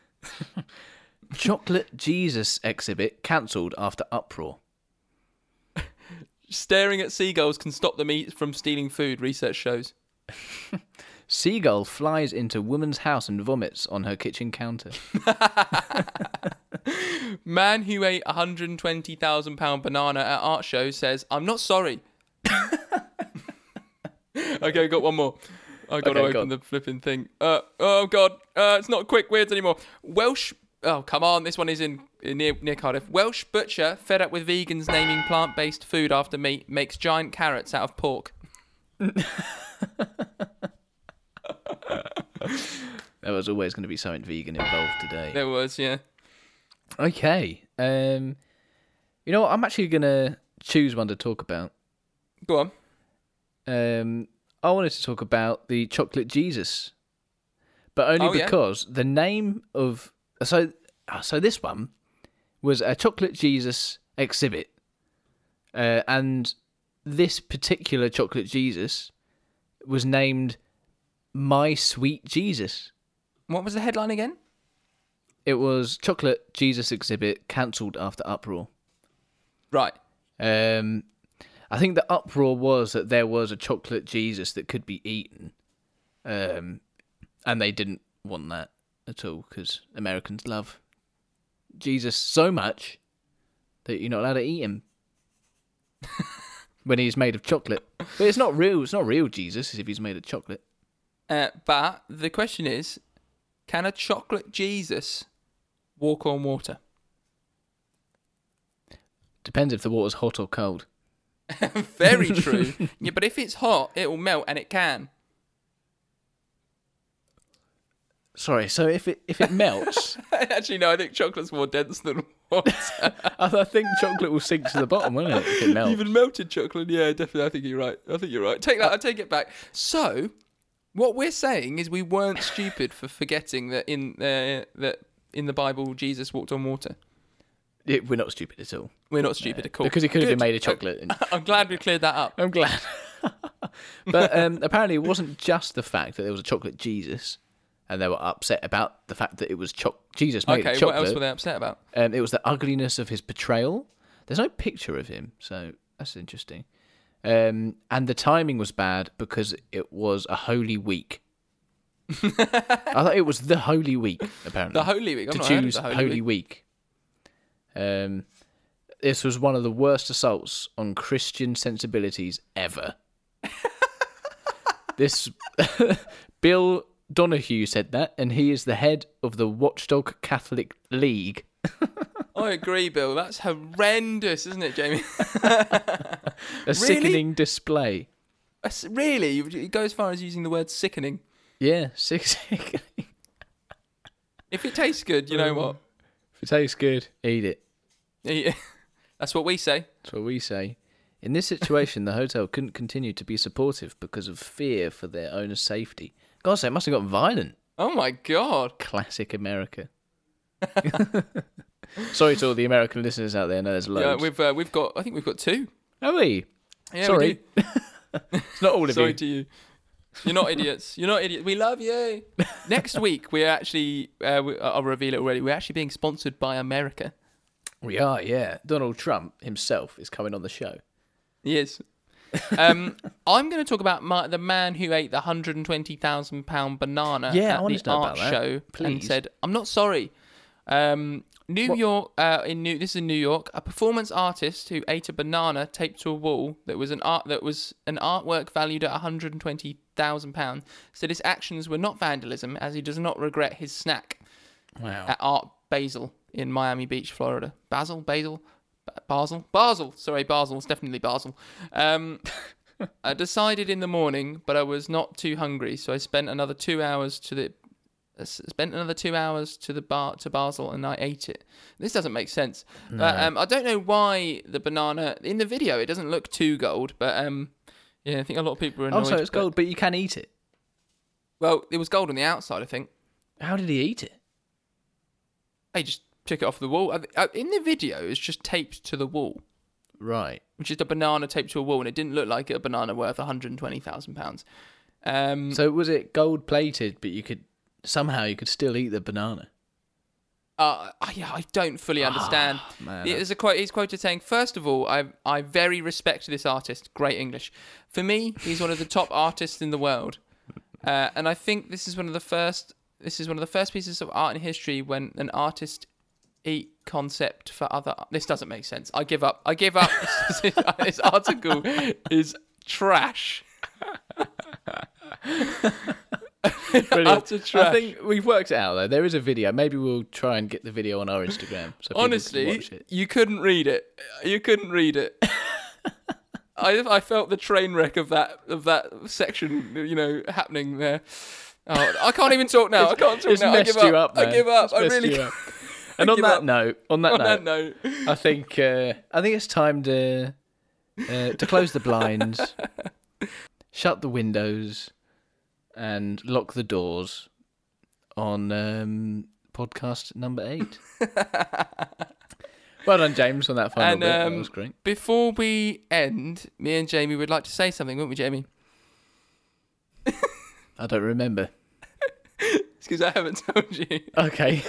[SPEAKER 1] Chocolate Jesus exhibit cancelled after uproar.
[SPEAKER 2] Staring at seagulls can stop them eat from stealing food, research shows.
[SPEAKER 1] Seagull flies into woman's house and vomits on her kitchen counter.
[SPEAKER 2] Man who ate a £120,000 banana at art show says, I'm not sorry. okay, got one more. I gotta
[SPEAKER 1] Okay, go on.
[SPEAKER 2] open the flipping thing. Uh, oh god, uh, it's not quick weirds anymore. Welsh. Oh come on, this one is in, in near, near Cardiff. Welsh butcher fed up with vegans naming plant-based food after meat makes giant carrots out of pork.
[SPEAKER 1] There was always going to be something vegan involved today.
[SPEAKER 2] There was, yeah.
[SPEAKER 1] Okay. Um, you know what? I'm actually going to choose one to talk about.
[SPEAKER 2] Go on.
[SPEAKER 1] Um, I wanted to talk about the chocolate Jesus, but only
[SPEAKER 2] Oh, yeah?
[SPEAKER 1] because the name of so ah, so this one was a chocolate Jesus exhibit, uh, and this particular chocolate Jesus was named My Sweet Jesus.
[SPEAKER 2] What was the headline again?
[SPEAKER 1] It was chocolate Jesus exhibit cancelled after uproar.
[SPEAKER 2] Right.
[SPEAKER 1] Um, I think the uproar was that there was a chocolate Jesus that could be eaten, um, and they didn't want that at all because Americans love Jesus so much that you're not allowed to eat him when he's made of chocolate. But it's not real. It's not real Jesus if he's made of chocolate.
[SPEAKER 2] Uh, but the question is, can a chocolate Jesus walk on water?
[SPEAKER 1] Depends if the water's hot or cold.
[SPEAKER 2] Very true. yeah, but if it's hot, it will melt, and it can.
[SPEAKER 1] Sorry. So if it if it melts,
[SPEAKER 2] Actually, no, I think chocolate's more dense than water.
[SPEAKER 1] I I think chocolate will sink to the bottom, won't it? If it melts.
[SPEAKER 2] Even melted chocolate. Yeah, definitely. I think you're right. I think you're right. Take that. I take it back. So, what we're saying is we weren't stupid for forgetting that in uh, that in the Bible Jesus walked on water.
[SPEAKER 1] It- we're not stupid at all.
[SPEAKER 2] We're not stupid at all.
[SPEAKER 1] Because it could have been
[SPEAKER 2] Good.
[SPEAKER 1] made of chocolate. And
[SPEAKER 2] I'm glad we cleared that up.
[SPEAKER 1] I'm glad. but um, apparently, it wasn't just the fact that there was a chocolate Jesus, and they were upset about the fact that it was cho- Jesus made of
[SPEAKER 2] Okay, what
[SPEAKER 1] chocolate.
[SPEAKER 2] else were they upset about?
[SPEAKER 1] um, it was the ugliness of his portrayal. There's no picture of him, so that's interesting. Um, and the timing was bad because it was a holy week. I thought it was the holy week. Apparently,
[SPEAKER 2] The Holy Week. I've
[SPEAKER 1] to
[SPEAKER 2] not heard of
[SPEAKER 1] choose
[SPEAKER 2] the
[SPEAKER 1] Holy,
[SPEAKER 2] Holy, Week.
[SPEAKER 1] Week. Um, this was one of the worst assaults on Christian sensibilities ever. This Bill Donahue said that, and he is the head of the Watchdog Catholic League.
[SPEAKER 2] I agree, Bill. That's horrendous, isn't it, Jamie?
[SPEAKER 1] A sickening display.
[SPEAKER 2] That's- really, you- you go as far as using the word sickening.
[SPEAKER 1] Yeah, sick, sick. if
[SPEAKER 2] If it tastes good, you know what?
[SPEAKER 1] Um. it tastes good, eat it.
[SPEAKER 2] Yeah. That's what we say.
[SPEAKER 1] That's what we say. In this situation, the hotel couldn't continue to be supportive because of fear for their owner's safety. God, so it must have got violent.
[SPEAKER 2] Oh my god.
[SPEAKER 1] Classic America. Sorry to all the American listeners out there. No, there's
[SPEAKER 2] Yeah,
[SPEAKER 1] loads.
[SPEAKER 2] we've uh, we've got. I think we've got two.
[SPEAKER 1] Are we?
[SPEAKER 2] Yeah, we
[SPEAKER 1] Sorry.
[SPEAKER 2] do.
[SPEAKER 1] it's not all of
[SPEAKER 2] Sorry
[SPEAKER 1] you.
[SPEAKER 2] to you. You're not idiots. You're not idiots. We love you. Next week, we're actually. Uh, we, I'll reveal it already. We're actually being sponsored by America.
[SPEAKER 1] We are, yeah. Donald Trump himself is coming on the show.
[SPEAKER 2] Yes. Um, I'm going to talk about my, the man who ate the 120,000 pound banana
[SPEAKER 1] Yeah, I
[SPEAKER 2] at
[SPEAKER 1] wanted
[SPEAKER 2] the
[SPEAKER 1] to know
[SPEAKER 2] art
[SPEAKER 1] about that.
[SPEAKER 2] show and
[SPEAKER 1] Please.
[SPEAKER 2] said, "I'm not sorry." Um, New York, uh, in New, this is in New York. A performance artist who ate a banana taped to a wall that was an art that was an artwork valued at 120,000 pounds said his actions were not vandalism, as he does not regret his snack
[SPEAKER 1] Wow.
[SPEAKER 2] at Art Uh, Basel in Miami Beach, Florida. Basel, Basel, B- Basel, Basel. Sorry, Basel. It's definitely Basel. Um, I decided in the morning, but I was not too hungry, so I spent another two hours to the I s- spent another two hours to the bar to Basel, and I ate it. This doesn't make sense. But um, I don't know why the banana in the video it doesn't look too gold, but um, yeah, I think a lot of people are annoyed.
[SPEAKER 1] Oh, so it's
[SPEAKER 2] but-
[SPEAKER 1] gold, but you can eat it.
[SPEAKER 2] Well, it was gold on the outside, I think.
[SPEAKER 1] How did he eat it?
[SPEAKER 2] They just took it off the wall. I th- uh, In the video, it's just taped to the wall,
[SPEAKER 1] Right.
[SPEAKER 2] which is a banana taped to a wall, and it didn't look like a banana worth 120,000 pounds. Um,
[SPEAKER 1] So was it gold plated, but you could somehow you could still eat the banana?
[SPEAKER 2] uh, I, yeah, I don't fully understand.
[SPEAKER 1] Ah, man.
[SPEAKER 2] There's a quote. He's quoted saying, first of all, I I very respect this artist. Great English. For me, he's one of the top artists in the world, uh, and I think this is one of the first. This is one of the first pieces of art in history when an artist eat concept for other. This doesn't make sense. I give up. I give up. this, this article is trash. Utter trash.
[SPEAKER 1] I think we've worked it out though. There is a video. Maybe we'll try and get the video on our Instagram. So people can
[SPEAKER 2] Honestly,
[SPEAKER 1] watch it.
[SPEAKER 2] you couldn't read it. You couldn't read it. I I felt the train wreck of that of that section, you know, happening there. Oh, I can't even talk now. I can't talk
[SPEAKER 1] it's
[SPEAKER 2] now. I
[SPEAKER 1] messed
[SPEAKER 2] give up.
[SPEAKER 1] you up. Man.
[SPEAKER 2] I give up.
[SPEAKER 1] It's
[SPEAKER 2] I
[SPEAKER 1] messed
[SPEAKER 2] really.
[SPEAKER 1] you
[SPEAKER 2] can't.
[SPEAKER 1] up. And on
[SPEAKER 2] give
[SPEAKER 1] that
[SPEAKER 2] up.
[SPEAKER 1] note, on that
[SPEAKER 2] On
[SPEAKER 1] note,
[SPEAKER 2] that note,
[SPEAKER 1] I think uh, I think it's time to uh, to close the blinds, shut the windows, and lock the doors on um, podcast number eight. well done, James, on that final
[SPEAKER 2] And,
[SPEAKER 1] bit.
[SPEAKER 2] um,
[SPEAKER 1] that was great.
[SPEAKER 2] before we end, me and Jamie would like to say something, wouldn't we, Jamie?
[SPEAKER 1] I don't remember.
[SPEAKER 2] Because I haven't told you.
[SPEAKER 1] Okay.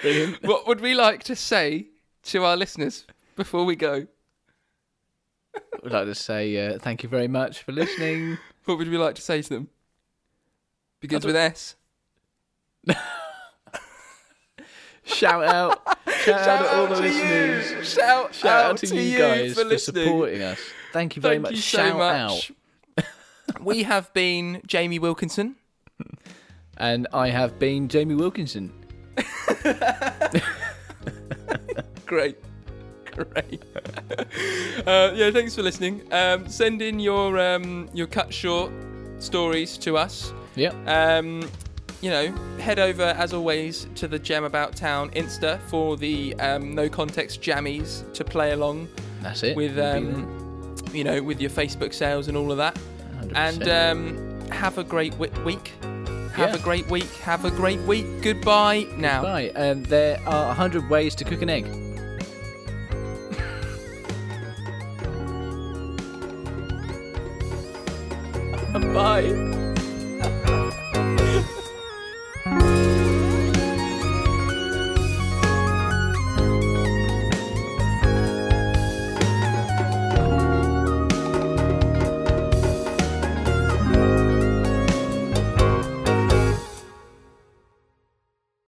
[SPEAKER 1] Brilliant.
[SPEAKER 2] what would we like to say to our listeners before we go?
[SPEAKER 1] I'd like to say uh, thank you very much for listening.
[SPEAKER 2] What would we like to say to them? Begins
[SPEAKER 1] don't-
[SPEAKER 2] with S.
[SPEAKER 1] Shout out, shout, out to all the
[SPEAKER 2] to you.
[SPEAKER 1] listeners.
[SPEAKER 2] Shout,
[SPEAKER 1] Shout out, to, you, guys for,
[SPEAKER 2] listening.
[SPEAKER 1] supporting us. Thank you very
[SPEAKER 2] Thank
[SPEAKER 1] much.
[SPEAKER 2] you so
[SPEAKER 1] shout
[SPEAKER 2] much.
[SPEAKER 1] out.
[SPEAKER 2] we have been Jamie Wilkinson.
[SPEAKER 1] And I have been Jamie Wilkinson.
[SPEAKER 2] Great. Great. uh, yeah, thanks for listening. Um, send in your um, your cut short stories to us.
[SPEAKER 1] Yep.
[SPEAKER 2] Um, you know, head over as always to the Jam About Town Insta for the um, no context jammies to play along
[SPEAKER 1] That's it.
[SPEAKER 2] with,
[SPEAKER 1] We'll be
[SPEAKER 2] um, you know, with your Facebook sales and all of that.
[SPEAKER 1] there.
[SPEAKER 2] and
[SPEAKER 1] 100%.
[SPEAKER 2] um, have a great wi- week. Have
[SPEAKER 1] Yeah.
[SPEAKER 2] a great week. Have a great week. Goodbye now.
[SPEAKER 1] Right, um, there are 100 ways to cook an egg.
[SPEAKER 2] Bye.